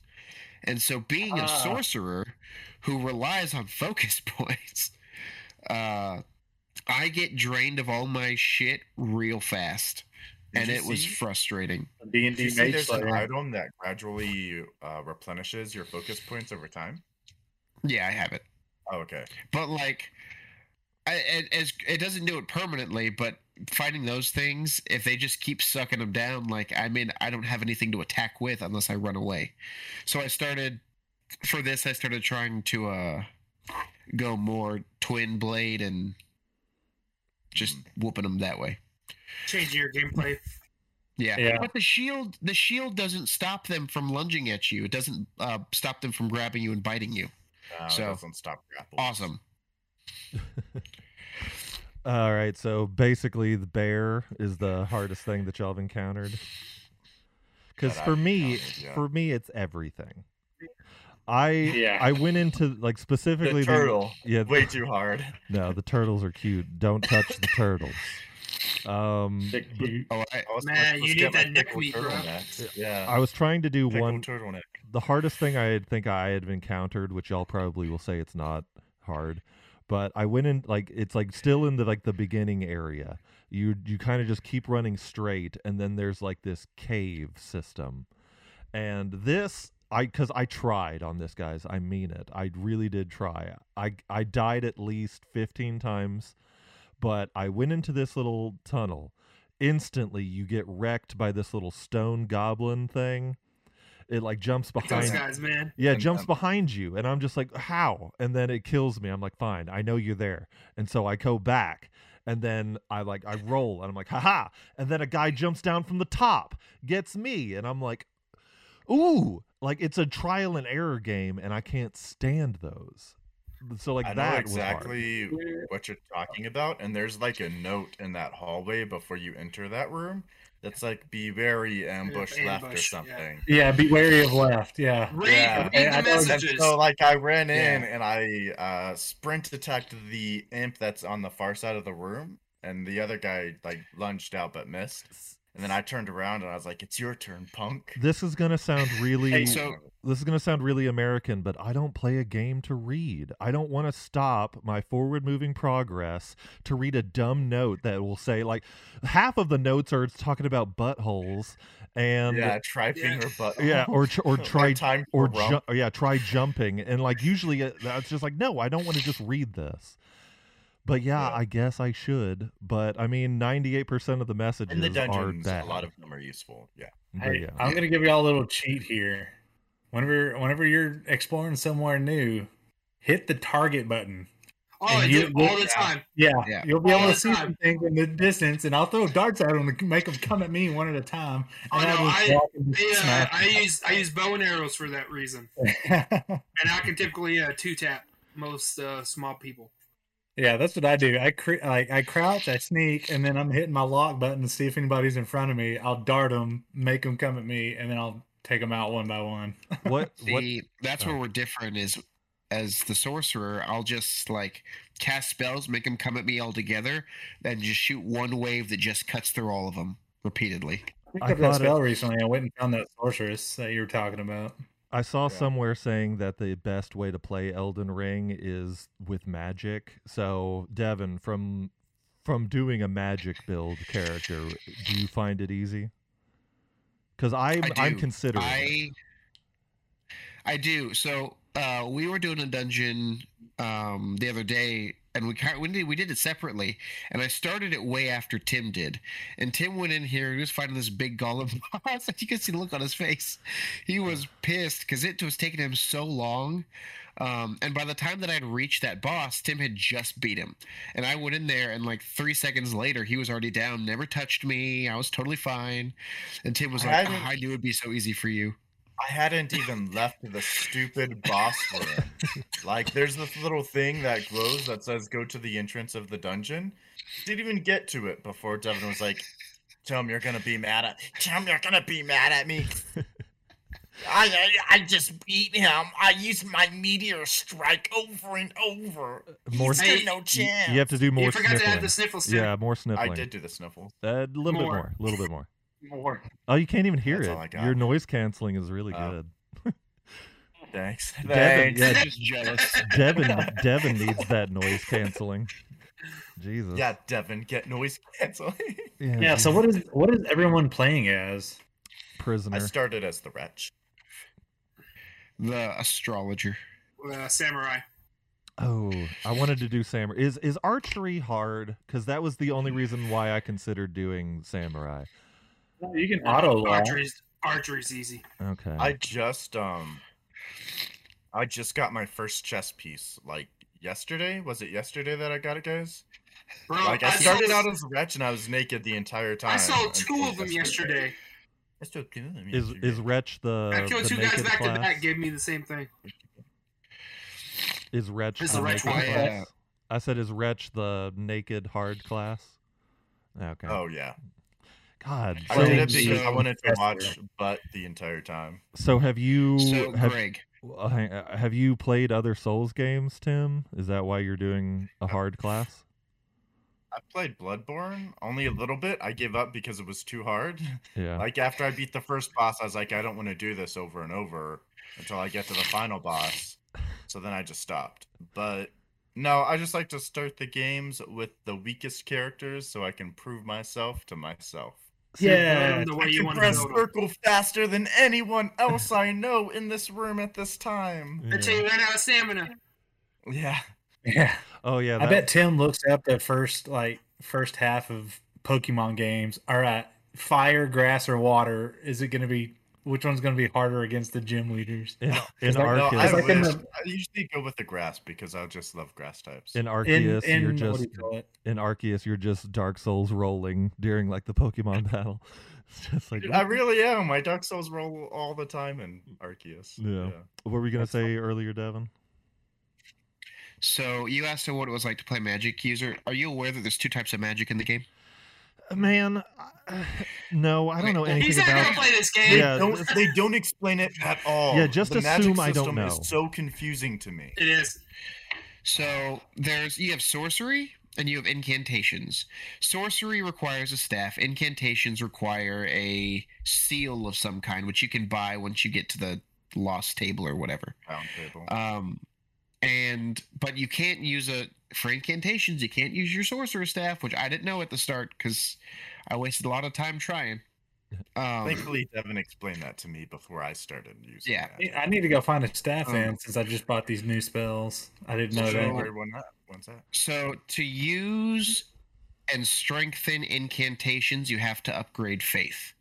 And so, being a
Ah.
sorcerer who relies on focus points, uh, I get drained of all my shit real fast.
Did
and
you
it was
see-
frustrating.
D and
Did you
D
see
mage
there's an
slayer.
item that gradually uh, replenishes your focus points over time?
Yeah, I have it.
Oh, okay.
but like I, it, it's- it doesn't do it permanently but fighting those things if they just keep sucking them down like i mean i don't have anything to attack with unless i run away so i started for this i started trying to uh go more twin blade and just whooping them that way
Changing your gameplay.
yeah.
Yeah.
but the shield the shield doesn't stop them from lunging at you it doesn't uh, stop them from grabbing you and biting you
Uh,
So-
doesn't stop grapple.
awesome
All right, so basically the bear is the hardest thing that y'all have encountered. Because
That I've
for me,
encountered, yeah.
for me, it's everything. I
Yeah.
I went into like specifically
The turtle.
yeah,
Way too hard.
no, the turtles are cute. Don't touch the turtles. Um,
They're cute.
oh I,
I was
Man,
supposed to
you
get
need
my
that neck
pickled
meat, bro.
turtleneck. Yeah.
I was trying to do
Pickled
one.
turtleneck.
The hardest thing I had- think I had encountered, which y'all probably will say it's not hard, But I went in like it's like still in the like the beginning area. You you kind of just keep running straight, and then there's like this cave system, and this I because I tried on this guys. I mean it. I really did try. I I died at least fifteen times, but I went into this little tunnel. Instantly, you get wrecked by this little stone goblin thing. It like jumps
Those
behind.
guys, man.
Oh, Yeah, it
And um,
jumps
then-
behind you, and I'm just like, how? And then it kills me. I'm like, fine, I know you're there, and so I go back, and then I like I roll, and I'm like, haha, and then a guy jumps down from the top, gets me, and I'm like, ooh, like it's a trial and error game, and I can't stand those. So like
I
that
know
was hard.
exactly what you're talking about, and there's like a note in that hallway before you enter that room that's like be wary ambush left or
ambush, yeah.
something.
Yeah, be wary of left. Yeah.
Read,
Yeah,
read
I- I
the
know
And
messages.
so like I ran in
Yeah.
and I uh, sprint attacked the imp that's on the far side of the room, and the other guy like lunged out but missed. And then I turned around and I was like, "It's your turn, punk."
This is gonna sound really.
Hey, so
this is going to sound really American, but I don't play a game to read. I don't want to stop my forward moving progress to read a dumb note that will say, like, half of the notes are it's talking about buttholes and.
yeah,
Yeah.
try finger butt.
um, or tr- or try
time
or
for rump.
ju- yeah, try jumping and like usually it- that's just like no, I don't want to just read this. But yeah,
Yeah.
I guess I should. But I mean, ninety eight percent of the messages
in the
are
dungeons.
bad.
A lot of them are useful. Yeah.
But
Hey,
yeah.
I'm gonna give y'all a little cheat here. Whenever whenever you're exploring somewhere new, hit the target button.
Oh,
And
I
you
do all
look-
the time.
Yeah,
Yeah.
you'll be
All
able to
the
see
time.
some things in the distance, and I'll throw darts at them to make them come at me one at a time.
Oh,
And
no,
I'll just
I-
walk and just
Yeah,
smash
I
them.
use I use bow and arrows for that reason, and I can typically uh, two tap most uh, small people.
yeah, that's what I do. I cr- like I crouch, I sneak, and then I'm hitting my lock button to see if anybody's in front of me. I'll dart them, make them come at me, and then I'll take them out one by one.
what what
See, that's
sorry.
where we're different. Is as the sorcerer, I'll just like cast spells, make them come at me all together, then just shoot one wave that just cuts through all of them repeatedly.
I
I
picked up that
thought it-
spell recently. I went and found that sorceress that you were talking about.
I saw
Yeah.
somewhere saying that the best way to play Elden Ring is with magic. So, Devin, from from doing a magic build character, do you find it easy? Because I'm
I
I'm
do.
considering. it.
I I do. So uh, we were doing a dungeon um, the other day, and we kind we did we did it separately. And I started it way after Tim did. And Tim went in here. He was fighting this big golem boss. you can see the look on his face. He was pissed because it was taking him so long. Um, and by the time that I'd reached that boss, Tim had just beat him. And I went in there, and like three seconds later, he was already down. Never touched me. I was totally fine. And Tim was
I
like,
haven't-
"Ah, "I knew it'd be so easy for you."
I hadn't even left the stupid boss room. Like, there's this little thing that glows that says go to the entrance of the dungeon. Didn't even get to it before Devin was like, Tell him you're gonna be mad at Tell him you're gonna be mad at me. I, I I just beat him. I used my meteor strike over and over.
More-
He's got
Hey,
no
You-
chance.
You have to do more
you forgot
sniffling.
to add the sniffles. too.
yeah, more
I
sniffling.
did do the sniffle.
A little bit
More.
more. A little bit more.
More.
Oh, you can't even hear
That's all I
it.
got.
Your noise canceling is really
Oh.
good.
Thanks.
Devin,
Thanks.
yeah,
just jealous.
Devin, Devin needs that noise canceling. Jesus.
Yeah, Devin, get noise canceling.
Yeah.
Yeah. So
Jesus.
what is what is everyone playing as?
I
prisoner?
started as the wretch.
The astrologer.
Uh, samurai.
Oh, I wanted to do samurai. Is is archery hard? Because that was the only reason why I considered doing samurai.
You can auto lock.
Archery's archery's easy.
Okay.
I just um I just got my first chess piece like yesterday. Was it yesterday that I got it, guys?
Bro,
Like I started
sold,
out as a wretch and I was naked the entire time.
I sold
until
two of them yesterday.
I sold two of them
is
yesterday.
is Wretch the,
I killed
Uh, the
two guys
naked
back
class?
to back. Gave me the same thing.
Is Wretch
Is
the
the Wretch
naked
one?
class?
Yeah.
I said is Wretch the naked hard class? Okay.
Oh yeah.
God.
I
So,
did it
so-
because I wanted to
Yes,
watch butt the entire time.
so have you
So
have,
Greg.
uh, hang- uh, have you played other Souls games, Tim? Is that why you're doing a hard class?
I played Bloodborne only a little bit. I gave up because it was too hard.
Yeah.
Like after I beat the first boss, I was like, I don't want to do this over and over until I get to the final boss. So then I just stopped. But No, I just like to start the games with the weakest characters so I can prove myself to myself.
Yeah,
Um, the way
I
you
can
want to
press
build 'em.
circle faster than anyone else I know in this room at this time.
Yeah.
Until you run out of stamina.
Yeah.
yeah.
Oh yeah,
I
that,
bet Tim looks up the first like first half of Pokemon games. All right, fire, grass, or water? Is it going to be which one's going to be harder against the gym leaders?
in, in
It's like-
No,
Arceus,
I,
Because like in
wish-
the-
I usually go with the grass because I just love grass types.
in
In,
Arceus,
in
you're
what do
just
you call it?
in Arceus, you're just Dark Souls rolling during like the Pokemon battle. It's just like,
I really am. My Dark Souls roll all the time in Arceus.
Yeah. what were we gonna
that's fun.
say earlier, Devin?
So you asked him what it was like to play Magic user. Are you aware that there's two types of Magic in the game?
Man, I- no, I don't know anything
He's not
about.
gonna play this
They
game.
Yeah,
don't.
this-
They don't explain it at all.
Yeah, just
the magic
assume I don't
system
know.
Is so confusing to me.
It is.
So there's you have sorcery and you have incantations. Sorcery requires a staff. Incantations require a seal of some kind, which you can buy once you get to the lost table or whatever.
Round table.
Um, and but you can't use a for incantations. You can't use your sorcerer staff, which I didn't know at the start because I wasted a lot of time trying. Um,
Thankfully, Devin explained that to me before I started using.
Yeah.
that.
I need to go find a staff
Um,
then since I just bought these new spells. I didn't know
Sure,
that.
where one at? What's that?
so to use and strengthen incantations, you have to upgrade faith.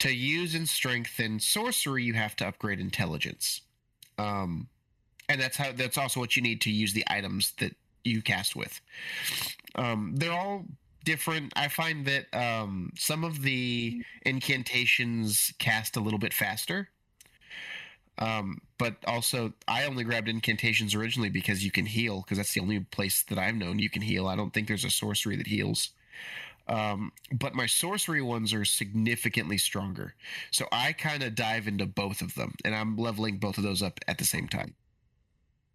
To use and strengthen sorcery, you have to upgrade intelligence. Um, and that's how that's also what you need to use the items that you cast with. Um, they're all different. I find that um, some of the incantations cast a little bit faster. Um, but also, I only grabbed incantations originally because you can heal, because that's the only place that I've known you can heal. I don't think there's a sorcery that heals. Um, but my sorcery ones are significantly stronger. So I kind of dive into both of them, and I'm leveling both of those up at the same time.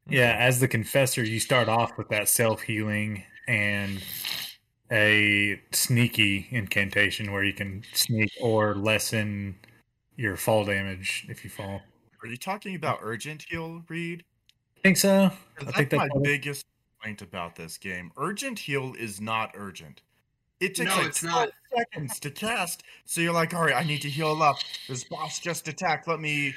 Yeah, as the confessor, you start off with that self healing and a sneaky incantation where you can sneak or lessen your fall damage if you fall.
Are you talking about urgent heal, Reed?
think so.
'Cause
I
That's
think that's
my
what it-
biggest complaint about this game. Urgent heal is not urgent. It takes
No,
like
it's
12 seconds to cast. So you're like, all right, I need to heal up. This boss just attacked. Let me.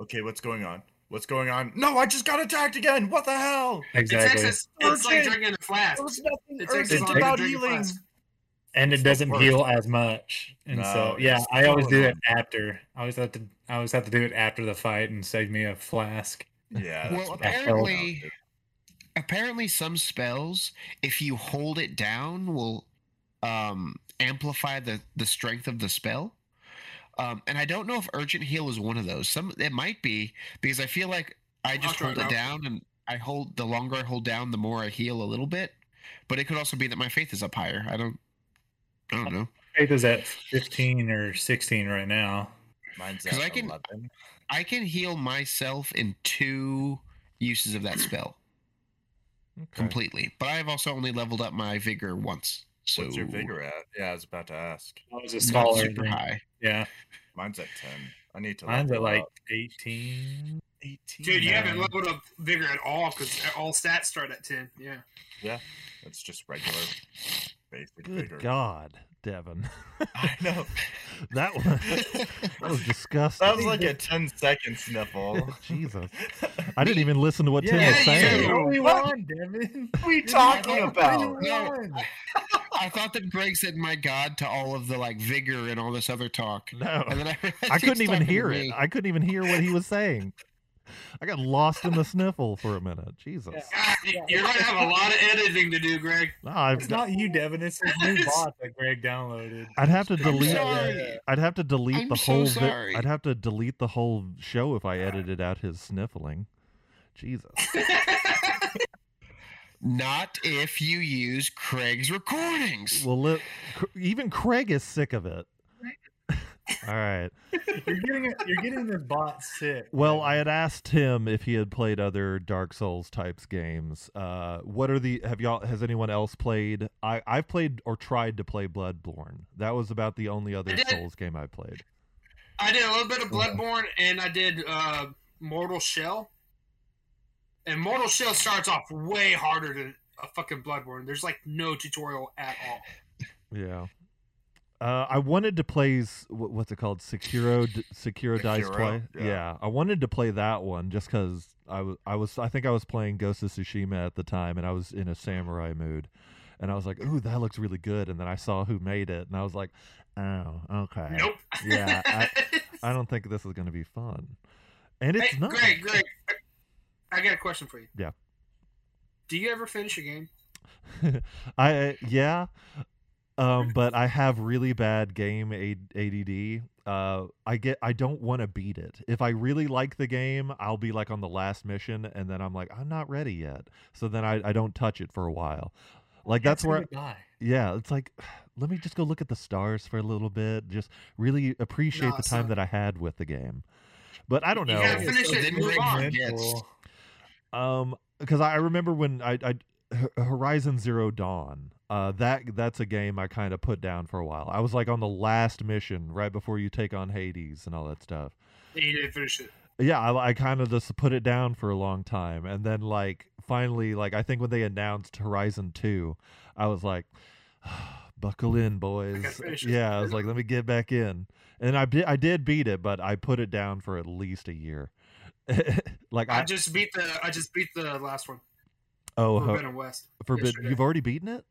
Okay, what's going on? What's going on? No, I just got attacked again. What the hell?
Exactly.
It's, excess, it's like
Urgent.
drinking a flask.
There was nothing
It's
urgent
exercise
about
drinking
healing.
flask.
and it
It's the
doesn't
worst.
heal as much. And so
No,
yeah,
it's
I always do it
horrible.
after. I always have to I always have to do it after the fight and save me a flask.
Yeah. that's
Well,
what I'm
apparently-
about.
apparently some spells if you hold it down will um amplify the the strength of the spell um and i don't know if urgent heal is one of those some it might be because i feel like i just
try
hold
it
it
out.
down and i hold the longer i hold down the more i heal a little bit but it could also be that my faith is up higher i don't i don't know
Faith is at fifteen or sixteen right now.
Mine's
'Cause
at
I can-
11.
i can heal myself in two uses of that spell
Okay.
completely but i've also only leveled up my vigor once so
What's your vigor at? Yeah, I was about to ask.
I was a
not
scholar.
super high
Yeah.
Mine's at 10. I need to.
Mine's at
level
like
up.
18.
18.
Dude, you
man.
haven't leveled up vigor at all because all stats start at ten. Yeah.
It's just regular, basic vigor.
Good God, Devin,
I know.
that one that was disgusting.
That was like a 10 second sniffle.
Jesus. I didn't even listen to what Tim
Yeah,
was saying.
you-
only
one, Devin.
What are we talking about?
I thought that Greg said "my God" to all of the like vigor and all this other talk,
No.
and then I realized
I
he was
couldn't even
talking to
hear it.
me.
I couldn't even hear what he was saying. I got lost in the sniffle for a minute. Jesus.
God, you're gonna have a lot of editing to do, Greg.
No, I've-
It's not you, Devin. It's his new bot that Greg downloaded.
I'd have to
I'm
delete.
sorry.
I'd have to delete
I'm
the
so
whole.
sorry.
I'd have to delete the whole show if I edited out his sniffling. Jesus.
Not if you use Craig's recordings.
Well, look, Cr- even Craig is sick of it. All right.
You're getting it. You're getting this bot sick.
Well, I
Devin.
had asked him if he had played other Dark Souls types games. Uh, what are the have y'all has anyone else played? I I've played or tried to play Bloodborne. That was about the only other
did.
Souls game I played.
I did a little bit of Bloodborne and I did uh, Mortal Shell. And Mortal Shell starts off way harder than a fucking Bloodborne. There's like no tutorial at all.
Yeah. Uh, I wanted to play s- wh- what's it called Sekiro D- Sekiro Dice
Sekiro,
Play.
yeah.
I wanted to play that one just because I was I was I think I was playing Ghost of Tsushima at the time and I was in a samurai mood, and I was like, "Ooh, that looks really good," and then I saw who made it and I was like, "Oh, okay,
Nope.
yeah, I, I don't think this is gonna be fun," and it's
hey,
not.
Greg, Greg, I got a question for you.
Yeah.
Do you ever finish a game?
I uh, yeah, um, but I have really bad game A- ADD. Uh, I get I don't want to beat it. If I really like the game, I'll be like on the last mission, and then I'm like I'm not ready yet. So then I, I don't touch it for a while. Like that's where
die.
yeah, it's like let me just go look at the stars for a little bit. Just really appreciate
No,
the
it's
time
not-
that I had with the game. But I don't
You
know.
gotta finish it and move on.
Um, because I I remember when I, I H- Horizon Zero Dawn. Uh, that that's a game I kind of put down for a while. I was like on the last mission right before you take on Hades and all that stuff.
You didn't finish it.
Yeah, I, I kind of just put it down for a long time, and then like finally, like I think when they announced Horizon Two, I was like, "Buckle in, boys!"
finish this.
Yeah, I was like, "Let me get back in," and I did. I did beat it, but I put it down for at least a year. like
I
I,
just beat the I just beat the last one.
oh, Ho-
Forbidden West.
Forbidden.
yesterday.
You've already beaten it.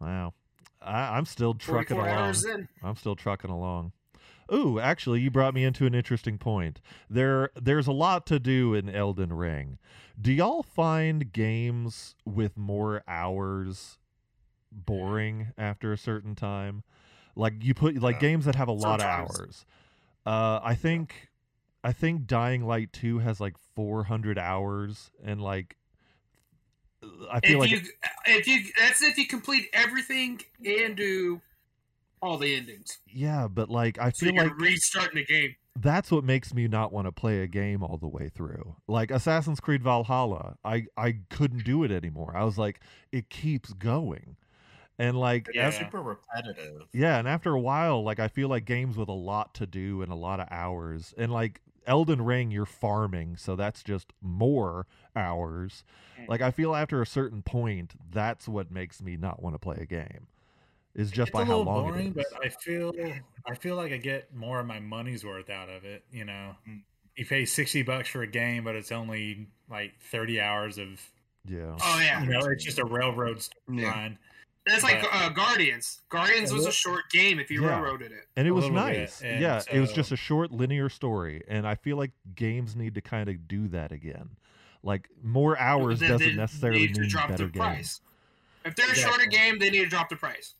Wow, I, I'm still trucking
Forty-four
along.
hours in.
I'm still trucking along. Ooh, actually, you brought me into an interesting point. There, there's a lot to do in Elden Ring. Do y'all find games with more hours boring after a certain time? Like you put like
Yeah.
games that have a lot of
Sometimes.
hours. Uh, I think, I think Dying Light Two has like 400 hours, and like, I feel
If
like
you if you that's if you complete everything and do all the endings.
yeah, but like I
So
feel
you're
like
restarting the game.
that's what makes me not want to play a game all the way through. Like Assassin's Creed Valhalla, I I couldn't do it anymore. I was like, it keeps going, and like
It's
Yeah.
super repetitive.
yeah, and after a while, like I feel like games with a lot to do and a lot of hours, and like Elden Ring, you're farming, so that's just more hours.
Mm.
Like I feel after a certain point, that's what makes me not want to play a game. Is just
it's
by
a
how
little
long
boring,
it
but
is.
I feel I feel like I get more of my money's worth out of it. You know,
Mm.
you pay sixty bucks for a game, but it's only like thirty hours of
yeah.
Oh yeah.
you know, it's just a railroad
Yeah.
line.
That's like
But-
uh, Guardians. Guardians was a short game if you
Yeah.
railroaded it.
and it
a
was
little bit,
nice
and
yeah it was
so-
just a short linear story and i feel like games need to kind of do that again like more hours
They- they
doesn't necessarily
need to
mean
drop
better
the
games
price. If they're a shorter
Exactly.
game, they need to drop the price.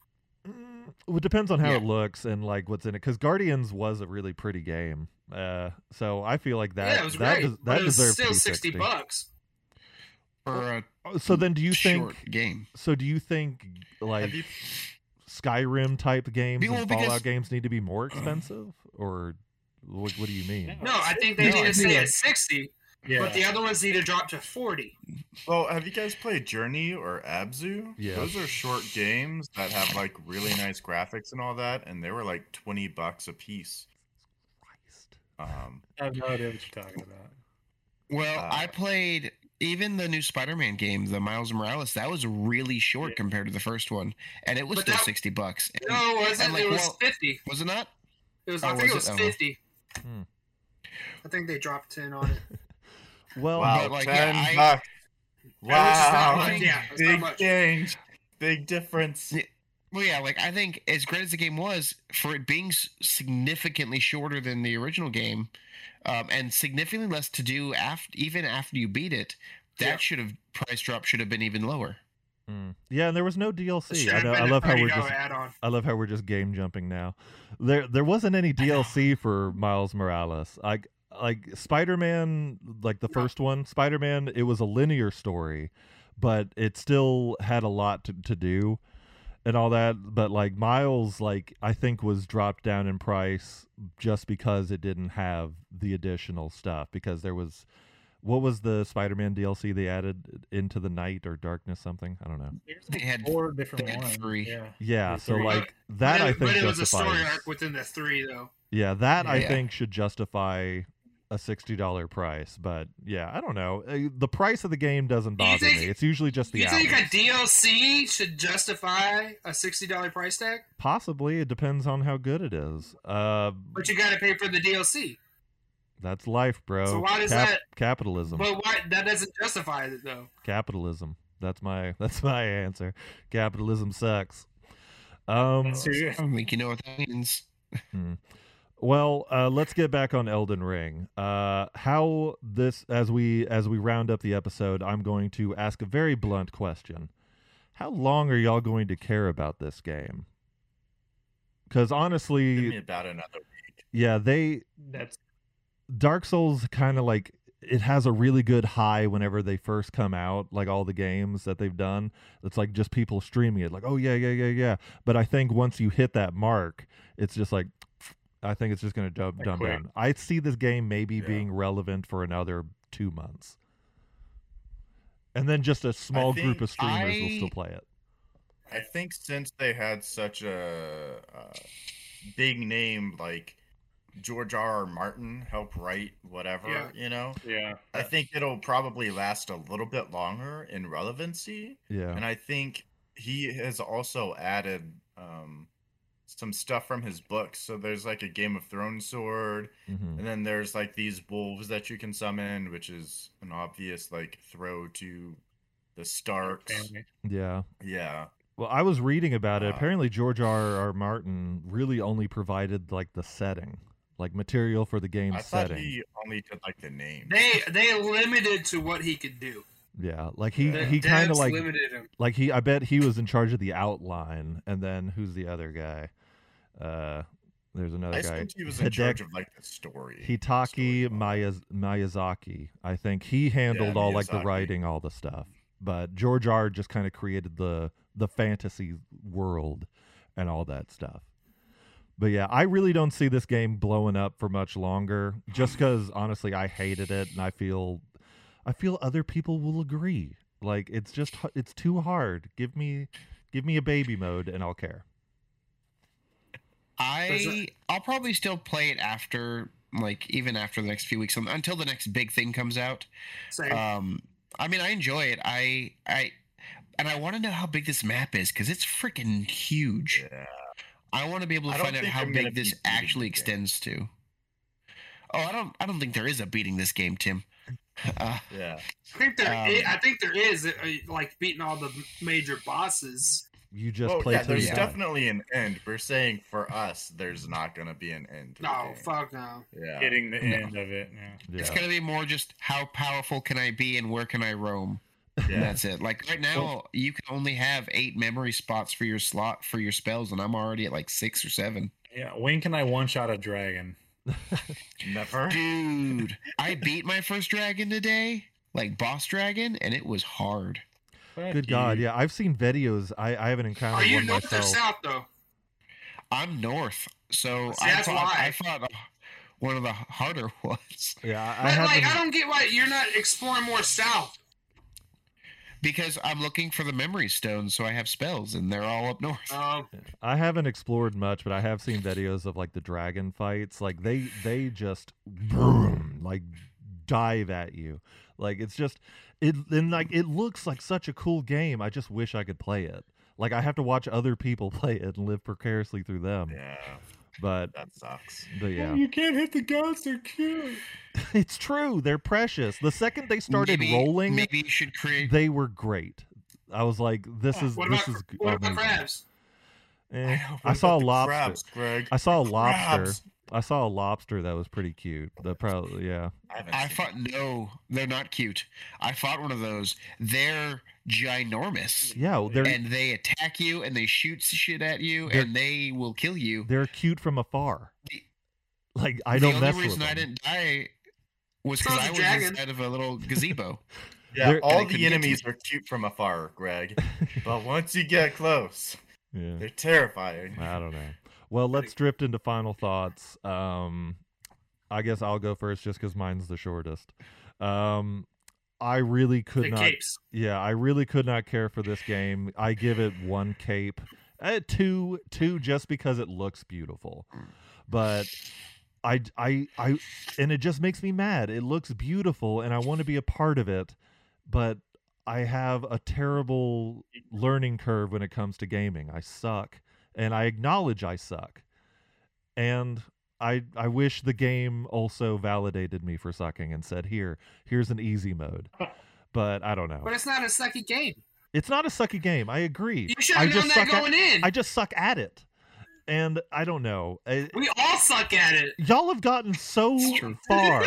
Mm, well, it depends on how
Yeah.
it looks and like what's in it because guardians was a really pretty game uh so i feel like that
yeah, it was
that,
great.
des-
but
that
it was
deserves
still
to be
sixty bucks.
for a
Oh, so then do you
short
think
game.
so do you think like
Have you
skyrim type games
Well,
and
because-
fallout games need to be more expensive or what, what do you mean
No,
No, I think they
No,
need
I
to stay
think
at
it-
sixty,
Yeah,
but the other ones need to drop to forty.
Well, have you guys played Journey or Abzu?
Yeah.
Those are short games that have like really nice graphics and all that, and they were like twenty bucks a piece.
Christ.
Um,
I have no idea what you're talking about.
Well,
Uh,
I played even the new Spider-Man game, the Miles Morales. That was really short
Yeah.
compared to the first one, and it was
But
still
that-
sixty bucks. And-
No, it wasn't.
and, like,
it was
well-
fifty.
Was it not?
It was.
Oh,
I think
was
it
it?
was
Oh.
fifty.
Hmm.
I think they dropped ten on it.
well
wow,
but, like, yeah,
ten
I-
bucks.
Yeah,
Wow,
which is not much. Yeah, it's not
big
much.
change, big difference.
Yeah. Well, yeah. Like I think as great as the game was, for it being s- significantly shorter than the original game, um, and significantly less to do after even after you beat it, that
Yeah.
should have price drop should have been even lower.
Mm. Yeah, and there was no
It
DLC.
should
I,
have
know,
been
I
a
love how we're
$30
just
add-on.
I love how we're just game jumping now. There there wasn't any DLC for Miles Morales. Like like Spider-Man like the
No.
first one, Spider-Man it was a linear story, but it still had a lot to, to do and all that, but like Miles like I think was dropped down in price just because it didn't have the additional stuff because there was what was the Spider-Man DLC they added into the night or darkness something? I don't know.
They had
Four different
they had
ones.
three.
Yeah.
Yeah,
Yeah,
so
three.
like that
but
I
it,
think
but it was a story
justifies-
arc within the three, though.
Yeah, that I
Yeah.
think should justify a sixty dollar price, but yeah, I don't know. Uh, The price of the game doesn't
Do you
bother
think-
me. It's usually just the
you
hours.
think a DLC should justify a sixty dollar price tag?
Possibly, it depends on how good it is. Uh,
But you got to pay for the DLC.
that's life, bro.
So why does that-
capitalism?
But why? That doesn't justify it though.
capitalism. That's my that's my answer. Capitalism sucks.
Oh.
Um,
See,
I don't think you know what that means.
Well, uh, let's get back on Elden Ring. Uh, how this as we as we round up the episode, I'm going to ask a very blunt question. How long are y'all going to care about this game? Because
Give me
honestly,
about another week.
yeah, they
that's
Dark Souls kind of like it has a really good high whenever they first come out, like all the games that they've done. It's like just people streaming it, like, oh, yeah, yeah, yeah, yeah. But I think once you hit that mark, it's just like, I think it's just going to dumb,
Like
dumb
quick.
down. I see this game maybe
Yeah.
being relevant for another two months. And then just a small group
think
of streamers will still
I-
play it.
I think since they had such a, uh big name like George R. R. Martin help write whatever,
Yeah.
you know,
yeah.
I think it'll probably last a little bit longer in relevancy.
Yeah.
And I think he has also added um, some stuff from his books. So there's like a Game of Thrones sword,
hmm
and then there's like these wolves that you can summon, which is an obvious like throw to the Starks.
Family.
Yeah.
Yeah.
Well, I was reading about it.
Uh,
Apparently, George R. R. Martin really only provided like the setting, like material for the game
I thought
setting.
he only did like the name.
They they limited to what he could do.
Yeah, like he
Yeah.
The
he kind of
devs
like
limited him.
like he. I bet he was in charge of the outline, and then who's the other guy? Uh, there's another
I
guy.
assumed he was in
Hideki-
charge of like the story.
Hitaki
storyline.
Miyaz- Miyazaki. I think he handled all like the
Miyazaki.
writing, all the stuff. But George R. just kind of created the the fantasy world and all that stuff. But yeah, I really don't see this game blowing up for much longer. Just because honestly, I hated it, and I feel I feel other people will agree. Like it's just h- it's too hard. Give me give me a baby mode, and I'll care.
Does
I
it-
I'll probably still play it after like even after the next few weeks um, until the next big thing comes out.
Same.
uh,
Um, I mean, I enjoy it. I I and I want to know how big this map is because it's freaking huge.
Yeah.
I want to be able to
I don't
find out
think
how
I'm gonna
big
be
this
beating
actually
the game.
extends to. Oh, I don't I don't think there is a beating this game, Tim. Uh,
Yeah.
I think there
um,
i- I think there is uh, like beating all the major bosses.
You just
well,
play
yeah,
till
there's
you die.
definitely an end. We're saying for us, there's not gonna be an end. to the
No,
game.
fuck no.
Yeah.
Getting the
No.
end of it. Yeah.
Yeah.
It's gonna be more just how powerful can I be and where can I roam. And
yeah.
that's it. Like right now,
Well-
you can only have eight memory spots for your slot for your spells, and I'm already at like six or seven.
Yeah. When can I one shot a dragon?
Never.
Dude, I beat my first dragon today, like boss dragon, and it was hard.
Fuck
Good God,
you.
yeah. I've seen videos. I, I haven't
Are
encountered
Oh, you
one
north or
myself.
south though?
I'm north, so
See,
I
that's
thought
why.
I thought uh, one of the harder ones
Yeah, I, I
But, like, I
haven't.
don't get why you're not exploring more south.
because I'm looking for the memory stones, so I have spells, and they're all up north.
Um,
I haven't explored much, but I have seen videos of like the dragon fights. Like they they just boom, like dive at you. Like it's just it and like it looks like such a cool game. I just wish I could play it. Like I have to watch other people play it and live precariously through them.
Yeah,
But
that sucks.
but yeah,
Oh,
Mm.
You can't hit the gods. They're cute.
it's true. They're precious. The second they started
Maybe-
rolling,
Maybe you should create.
they were great. I was like, this
Yeah,
is
what
this
about
is oh
cr- what about
amazing.
crabs?
Eh,
know, what
I saw a
about the
lobster.
Crabs, Greg.
I saw a lobster.
Crabs.
I saw a lobster that was pretty cute. That probably yeah.
I, haven't
I
seen
fought no, they're not cute. I fought one of those. They're ginormous.
Yeah, they're
and they attack you and they shoot shit at you
They're-
and they will kill you.
they're cute from afar.
The-
Like I don't
the
mess
only
with
reason
them.
I didn't die was
Throw
because
the
I was
dragon.
inside of a little gazebo.
it. Yeah,
They're-
all
and I couldn't
the
get to
enemies are cute from afar, Greg. but once you get close,
Yeah.
they're terrifying.
I don't know. Well, let's drift into final thoughts. Um, I guess I'll go first just because mine's the shortest. Um, I really could
The
not.
capes.
Yeah, I really could not care for this game. I give it one Eh, cape, uh, two, two, just because it looks beautiful. But I, I, I, and it just makes me mad. It looks beautiful, and I want to be a part of it, but I have a terrible learning curve when it comes to gaming. I suck, and I acknowledge I suck, and I, I wish the game also validated me for sucking and said, "Here, here's an easy mode." But I don't know.
But it's not a sucky game.
It's not a sucky game. I agree.
You should
I
have known
just
that
suck at-
going in.
I just suck at it, and I don't know. I-
we all suck at it.
y'all have gotten so
It's true.
far.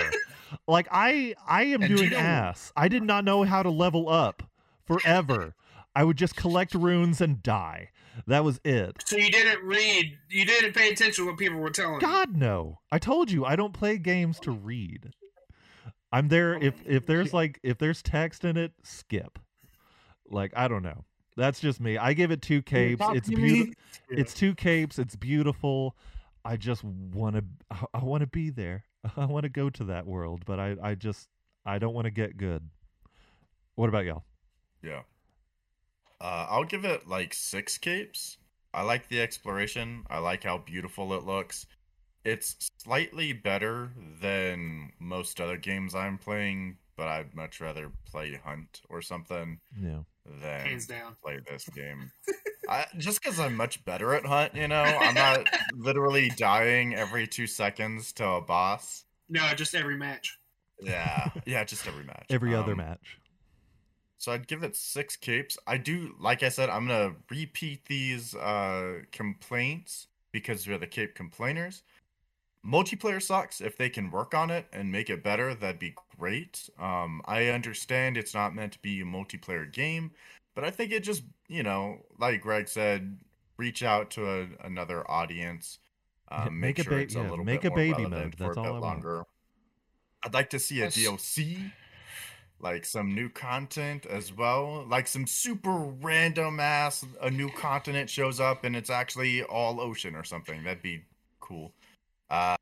like I, I am
And do you
doing
know-
ass. I did not know how to level up forever. I would just collect runes and die. That was it.
So you didn't read. You didn't pay attention to what people were telling. you.
God no. I told you I don't play games to read. I'm there if if there's like if there's text in it, skip. Like I don't know. That's just me. I give it two capes. It's beautiful. It's two capes. It's beautiful. I just want to. I want to be there. I want to go to that world, but I. I just. I don't want to get good. What about y'all?
Yeah. Uh, I'll give it like six capes. I like the exploration. I like how beautiful it looks. It's slightly better than most other games I'm playing, but I'd much rather play Hunt or something
Yeah.
than
Hands down.
play this game. I, just because I'm much better at Hunt, you know, I'm not literally dying every two seconds to a boss.
No, just every match.
Yeah, yeah, just every match.
Every other
Um,
match.
so I'd give it six capes. I do, like I said, I'm gonna repeat these uh, complaints because we're the cape complainers. Multiplayer sucks. If they can work on it and make it better, that'd be great. Um, I understand it's not meant to be a multiplayer game, but I think it just, you know, like Greg said, reach out to a, another audience.
Yeah,
Um,
make
make,
a
sure
ba-
it's a
yeah,
little
make
bit
a
more
baby
relevant
mode,
for
that's
a
all
bit
I want.
longer. I'd like to see a
That's-
DLC like some new content as well like some super random ass a new continent shows up and it's actually all ocean or something that'd be cool uh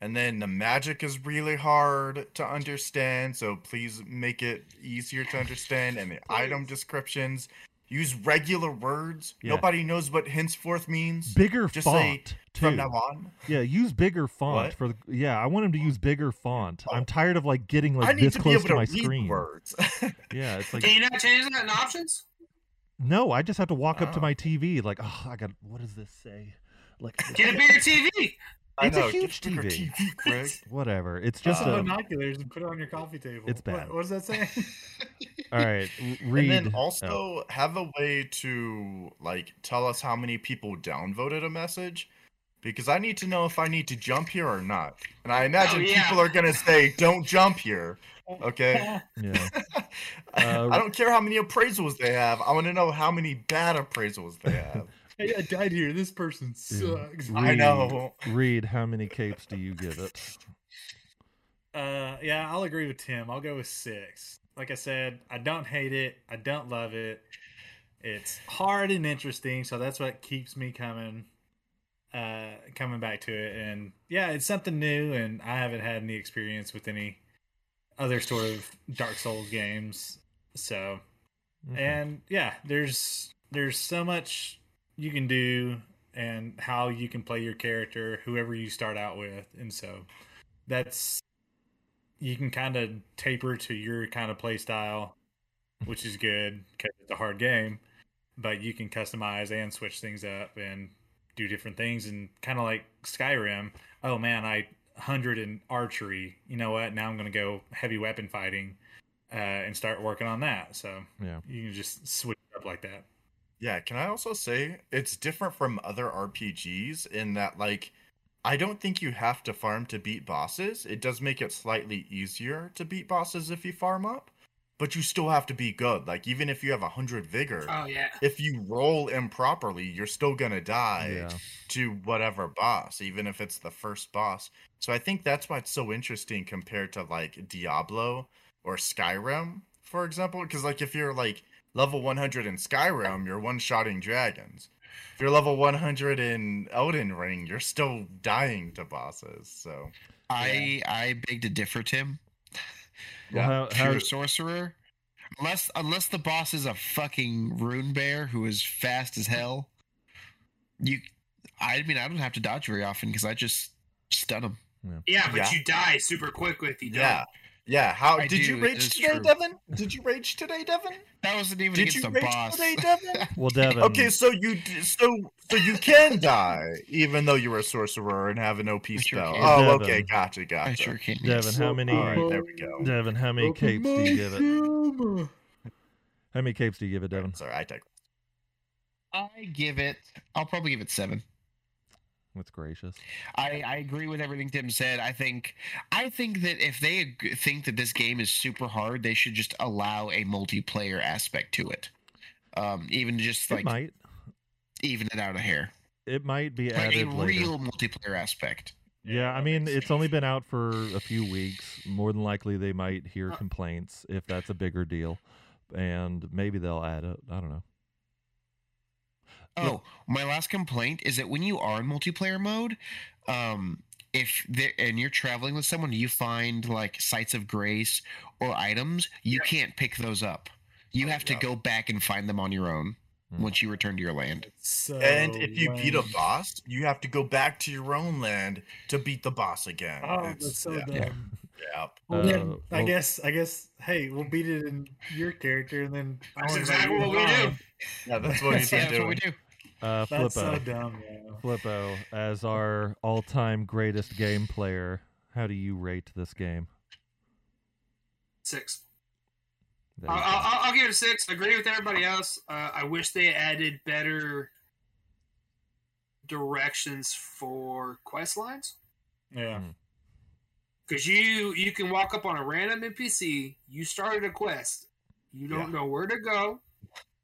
and then the magic is really hard to understand so please make it easier to understand and the item descriptions use regular words
Yeah.
nobody knows what henceforth means
Bigger
just say
font too.
from now on
Yeah, use bigger font
What? Oh.
for. The, yeah, I want him to use bigger font. I'm tired of like getting
i
like
need
this
to be
close
able
to,
to
my
read
screen.
words
Yeah, it's like
Can you not change that in options?
no. I just have to walk up to
Oh.
my TV. Like, oh, I got. What does this say? Like,
Get a bigger TV.
I
It's a
know, get
huge
bigger
TV.
TV, Greg.
whatever. It's
Just
just
Uh,
a.
binoculars and put it on your coffee table.
It's
What-
bad.
What, does that say?
All right, w- read.
And then
oh,
also have a way to like tell us how many people downvoted a message because I need to know if I need to jump here or not. And I imagine
yeah.
people are going to say don't jump here. Okay.
yeah. Uh,
I don't care how many appraisals they have. I want to know how many bad appraisals they have.
hey, I died here. This person
Yeah.
sucks.
I know.
Read how many capes do you give it?
Uh, yeah, I'll agree with Tim. I'll go with six. Like I said, I don't hate it. I don't love it. It's hard and interesting, so that's what keeps me coming, uh, coming back to it. And yeah, it's something new, and I haven't had any experience with any other sort of Dark Souls games. So
Okay.
and yeah there's there's so much you can do and how you can play your character whoever you start out with and so that's you can kind of taper to your kind of play style which is good because it's a hard game but you can customize and switch things up and do different things and kind of like skyrim oh man i 100 in archery you know what now i'm going to go heavy weapon fighting uh, and start working on that so
yeah,
you can just switch it up like that.
Yeah, can I also say it's different from other RPGs in that like I don't think you have to farm to beat bosses. It does make it slightly easier to beat bosses if you farm up, but you still have to be good. Like even if you have 100 vigor,
Oh yeah.
if you roll improperly, you're still going to die
yeah.
to whatever boss, even if it's the first boss. So I think that's why it's so interesting compared to like Diablo or Skyrim, for example. Because like if you're like level 100 in Skyrim, you're one-shotting dragons. If you're level 100 in Elden Ring, you're still dying to bosses. So
I I beg to differ, Tim.
Well, how, how,
Pure sorcerer. Unless unless the boss is a fucking rune bear who is fast as hell. You I mean I don't have to dodge very often because I just Stun them.
Yeah, but
Yeah.
you die super quick if you don't.
Yeah. Yeah. How
I
did
do,
you
it
rage
is
today,
true.
Devin? Did you rage today, Devin?
That wasn't even
Did
against
you
the
rage
boss.
today, Devin?
Well, Devin.
Um,
okay, so you d- so so you can die even though you're a sorcerer and have an OP
sure
spell.
can.
Oh,
Devin.
okay, gotcha, gotcha.
I sure can't.
Devin, how many?
All right, there we go.
Devin, how many capes do you give it? How many capes do you give it, Devin?
Sorry, I take.
I give it. I'll probably give it seven.
That's gracious.
I, I agree with everything Tim said. I think I think that if they ag- think that this game is super hard, they should just allow a multiplayer aspect to it. Um, even just
it
like
might.
even it out a hair,
It might be
like a
added later.
real multiplayer aspect.
Yeah, I
that
mean,
makes
it's only been out for a few weeks. More than likely, they might hear
Uh,
complaints if that's a bigger deal, and maybe they'll add it. I don't know.
Oh, my last complaint is that when you are in multiplayer mode, um, if there and you're traveling with someone, you find like sites of grace or items, you
Yeah.
can't pick those up. You
Oh,
have to
yeah.
go back and find them on your own
Mm.
once you return to your land.
So
And if you beat a
lame.
boss, you have to go back to your own land to beat the boss again.
oh,
It's-
that's so
yeah,
dumb.
Yeah.
yeah.
Well,
Uh,
then, I
well-
guess, I guess. Hey, we'll beat it in your character, and then I
That's
wonder about
exactly
you.
what we do.
Yeah, that's what he's
Yeah,
been
that's what we
doing.
do.
Uh,
That's so
Flippo,
dumb. yo.
Flippo, as our all-time greatest game player, how do you rate this game?
Six.
There
I'll,
you go.
I'll, I'll- I'll give it a six. I agree with everybody else. Uh, I wish they added better directions for quest lines
Yeah.
because you you can walk up on a random NPC. You started a quest. You don't know where to go,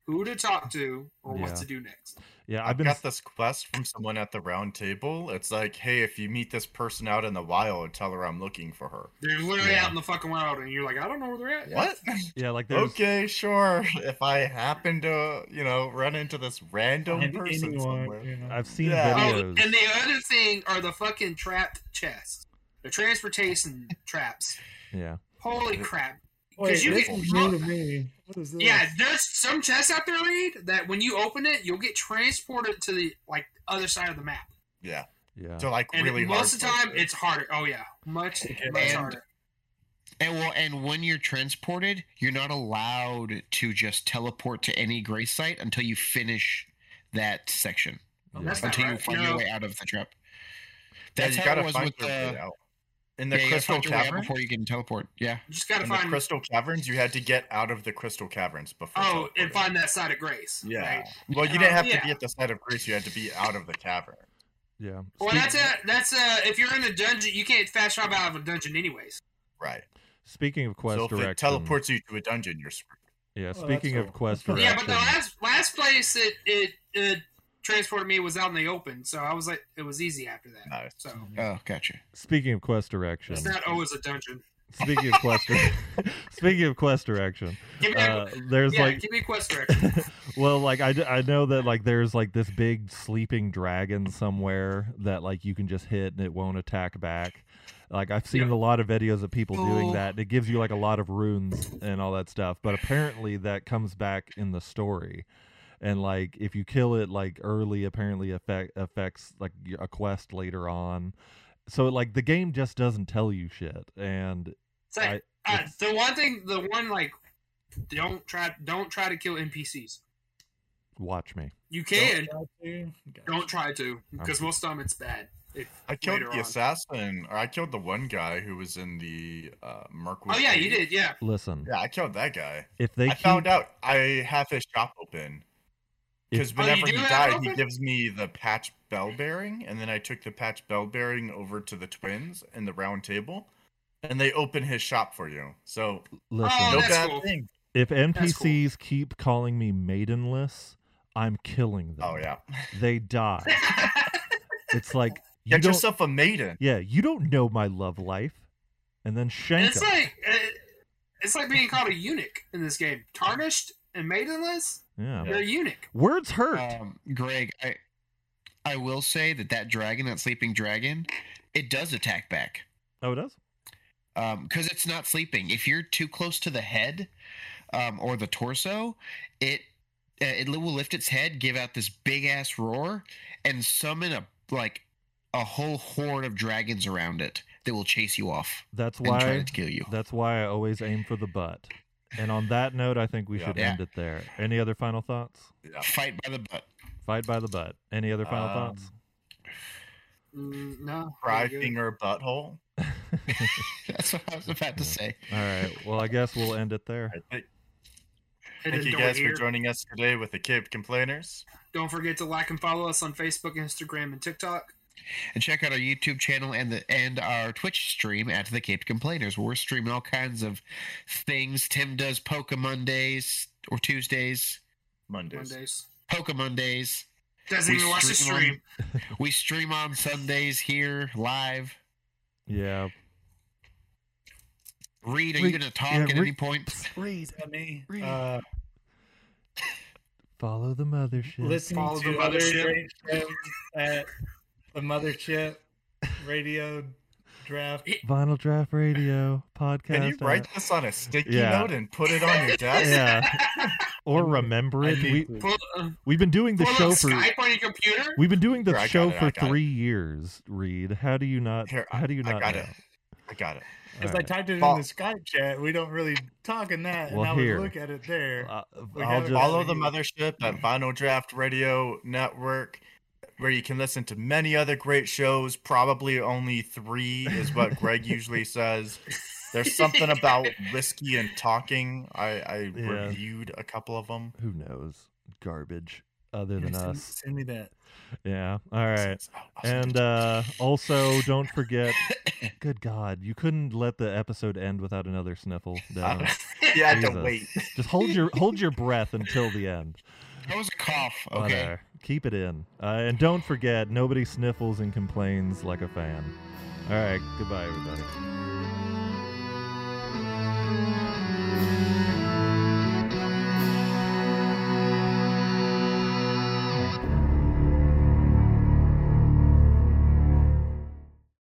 who to talk to, or
Yeah.
what to do next.
yeah,
I've
I've been
got this quest from someone at the round table. It's like, hey, if you meet this person out in the wild, tell her I'm looking for her.
They're literally
Yeah.
out in the fucking wild, and you're like, I don't know where they're at.
What?
yeah, like there's
okay, sure. If I happen to, you know, run into this random
And
person
anyone,
somewhere.
you know.
I've seen
Yeah.
Oh,
videos.
and the other thing are the fucking trapped chests, the transportation traps.
yeah,
Holy crap!
Wait,
you
this
get-
is new to me. What is this?
Yeah, there's some chests out there, Reed, that when you open it, you'll get transported to the like other side of the map.
Yeah.
yeah.
To like
And
really hard.
most of the time,
places.
it's harder. Oh yeah, much much
And-
harder.
And well, and when you're transported, you're not allowed to just teleport to any grace site until you finish that section,
yeah.
that's not
until you
right.
find your
No.
way out of the trap.
Yeah,
That's
you
how
gotta
it was
find
with
your way
the,
out. In
yeah,
uh, the
you gotta
crystal
find your way out
cavern.
before you can teleport. Yeah,
You just gotta
In the
find
crystal caverns, you had to get out of the crystal caverns before.
oh, and
teleporting.
find that side of grace.
Yeah.
right?
Well, you didn't
Oh,
have to
yeah.
be at the side of grace. You had to be out of the cavern.
yeah.
Well,
Speak-
that's a, that's a, if you're in a dungeon, you can't fast travel out of a dungeon anyways.
Right.
speaking of quest
so if it
direction,
teleports you to a dungeon, you're screwed.
Yeah,
that's
speaking of
cool.
quest
Yeah, but
direction.
Yeah, but the last last place it, it it transported me was out in the open, so I was like, it was easy after that.
Nice.
So
oh, gotcha.
Speaking of quest direction.
it's not always a dungeon.
Speaking of quest. dir- speaking of quest direction,
Give me,
uh,
a,
there's
yeah,
like
give me a quest direction.
well like I, d- I know that like there's like this big sleeping dragon somewhere that like you can just hit and it won't attack back like i've seen
Yeah.
a lot of videos of people doing
Oh.
that and it gives you like a lot of runes and all that stuff but apparently that comes back in the story and like if you kill it like early apparently affect affects like y- a quest later on so like the game just doesn't tell you shit and
It's like,
I-
uh, the one thing, the one like, don't try, don't try to kill NPCs.
watch me
You can,
Got you. Got
don't try to, because most of them it's bad. If,
I killed
later
the
on.
assassin, or I killed the one guy who was in the uh, Merkwood.
oh yeah, you
Inn.
did, yeah.
listen
Yeah, I killed that guy.
if they
I
keep
found out I have his shop open
If-
because
Oh, you
whenever
do
he
have it
died, he
open?
gives me the patch bell bearing, and then I took the patch bell bearing over to the twins in the round table, and they open his shop for you. So
listen
Oh,
no
that's
bad
cool.
thing.
If
cool.
NPCs keep calling me maidenless, I'm killing them.
Oh yeah,
They die. it's like you
get
don't,
yourself a maiden.
Yeah, you don't know my love life. And then
And
shank
it's
'em.
like, uh, it's like being called a eunuch in this game. Tarnished and maidenless,
yeah.
you're a eunuch.
Words hurt.
Um, Greg, I I will say that that dragon, that sleeping dragon, it does attack back.
oh, it does?
um because it's not sleeping if you're too close to the head um or the torso it uh, it will lift its head give out this big ass roar and summon a like a whole horde of dragons around it that will chase you off
That's
and try
why.
to kill you.
That's why I always aim for the butt. And on that note, I think we
Yeah.
should
Yeah.
end it there. Any other final thoughts?
Yeah.
Fight by the butt.
Fight by the butt. Any other final
Um,
thoughts?
Mm, no.
Pry
not good.
finger butthole.
That's what I was about to
Yeah.
say.
All right. Well, I guess we'll end it there.
I think-
Hit
Thank
the
you
door
guys
here.
for joining us today with the Cave Complainers.
Don't forget to like and follow us on Facebook, Instagram, and TikTok.
And check out our YouTube channel and the and our Twitch stream at the Cape Complainers, where we're streaming all kinds of things. Tim does Poke Mondays or Tuesdays,
Mondays.
Mondays.
Poke Mondays.
Doesn't
We
even watch the
stream on-
stream.
We stream on Sundays here live.
Yeah.
Reed, are
Reed-
you going to talk
yeah,
at any
Reed-
point?
Please
me.
Read.
Uh,
follow the mothership.
listening
Follow
to
the
other
mothership.
great shows at the mothership radio draft.
Vinyl Draft Radio podcast.
Can you write
app.
this on a sticky
Yeah.
note and put it on your desk?
Yeah. Or remember
I
it. We
need to-
Pull, uh,
we've been doing the
pull
show
up
for
Skype on your computer.
we've been doing the
Here, I got
show
it, I
for
got it.
three years. Reed, how do you not?
Here, I-
how do you
I
not?
got
know?
it. I got it.
Because
All
I typed it in
Fo-
the Skype chat. We don't really talk in that,
Well,
and I
here.
would look at it there.
right.
We
I'll
gotta
just
Follow the
you.
mothership at Vinyl Draft Radio Network, where you can listen to many other great shows. Probably only three is what Greg usually says. There's something about whiskey and talking. I, I
Yeah.
reviewed a couple of them.
who knows garbage other than
send,
us.
send me that.
Yeah. All right. And uh, also, don't forget. Good God, you couldn't let the episode end without another sniffle. Down.
yeah, I had to
Jesus.
wait.
Just hold your hold your breath until the end.
That was a cough. Okay.
Whatever. Keep it in. Uh, and don't forget, nobody sniffles and complains like a fan. All right. Goodbye, everybody.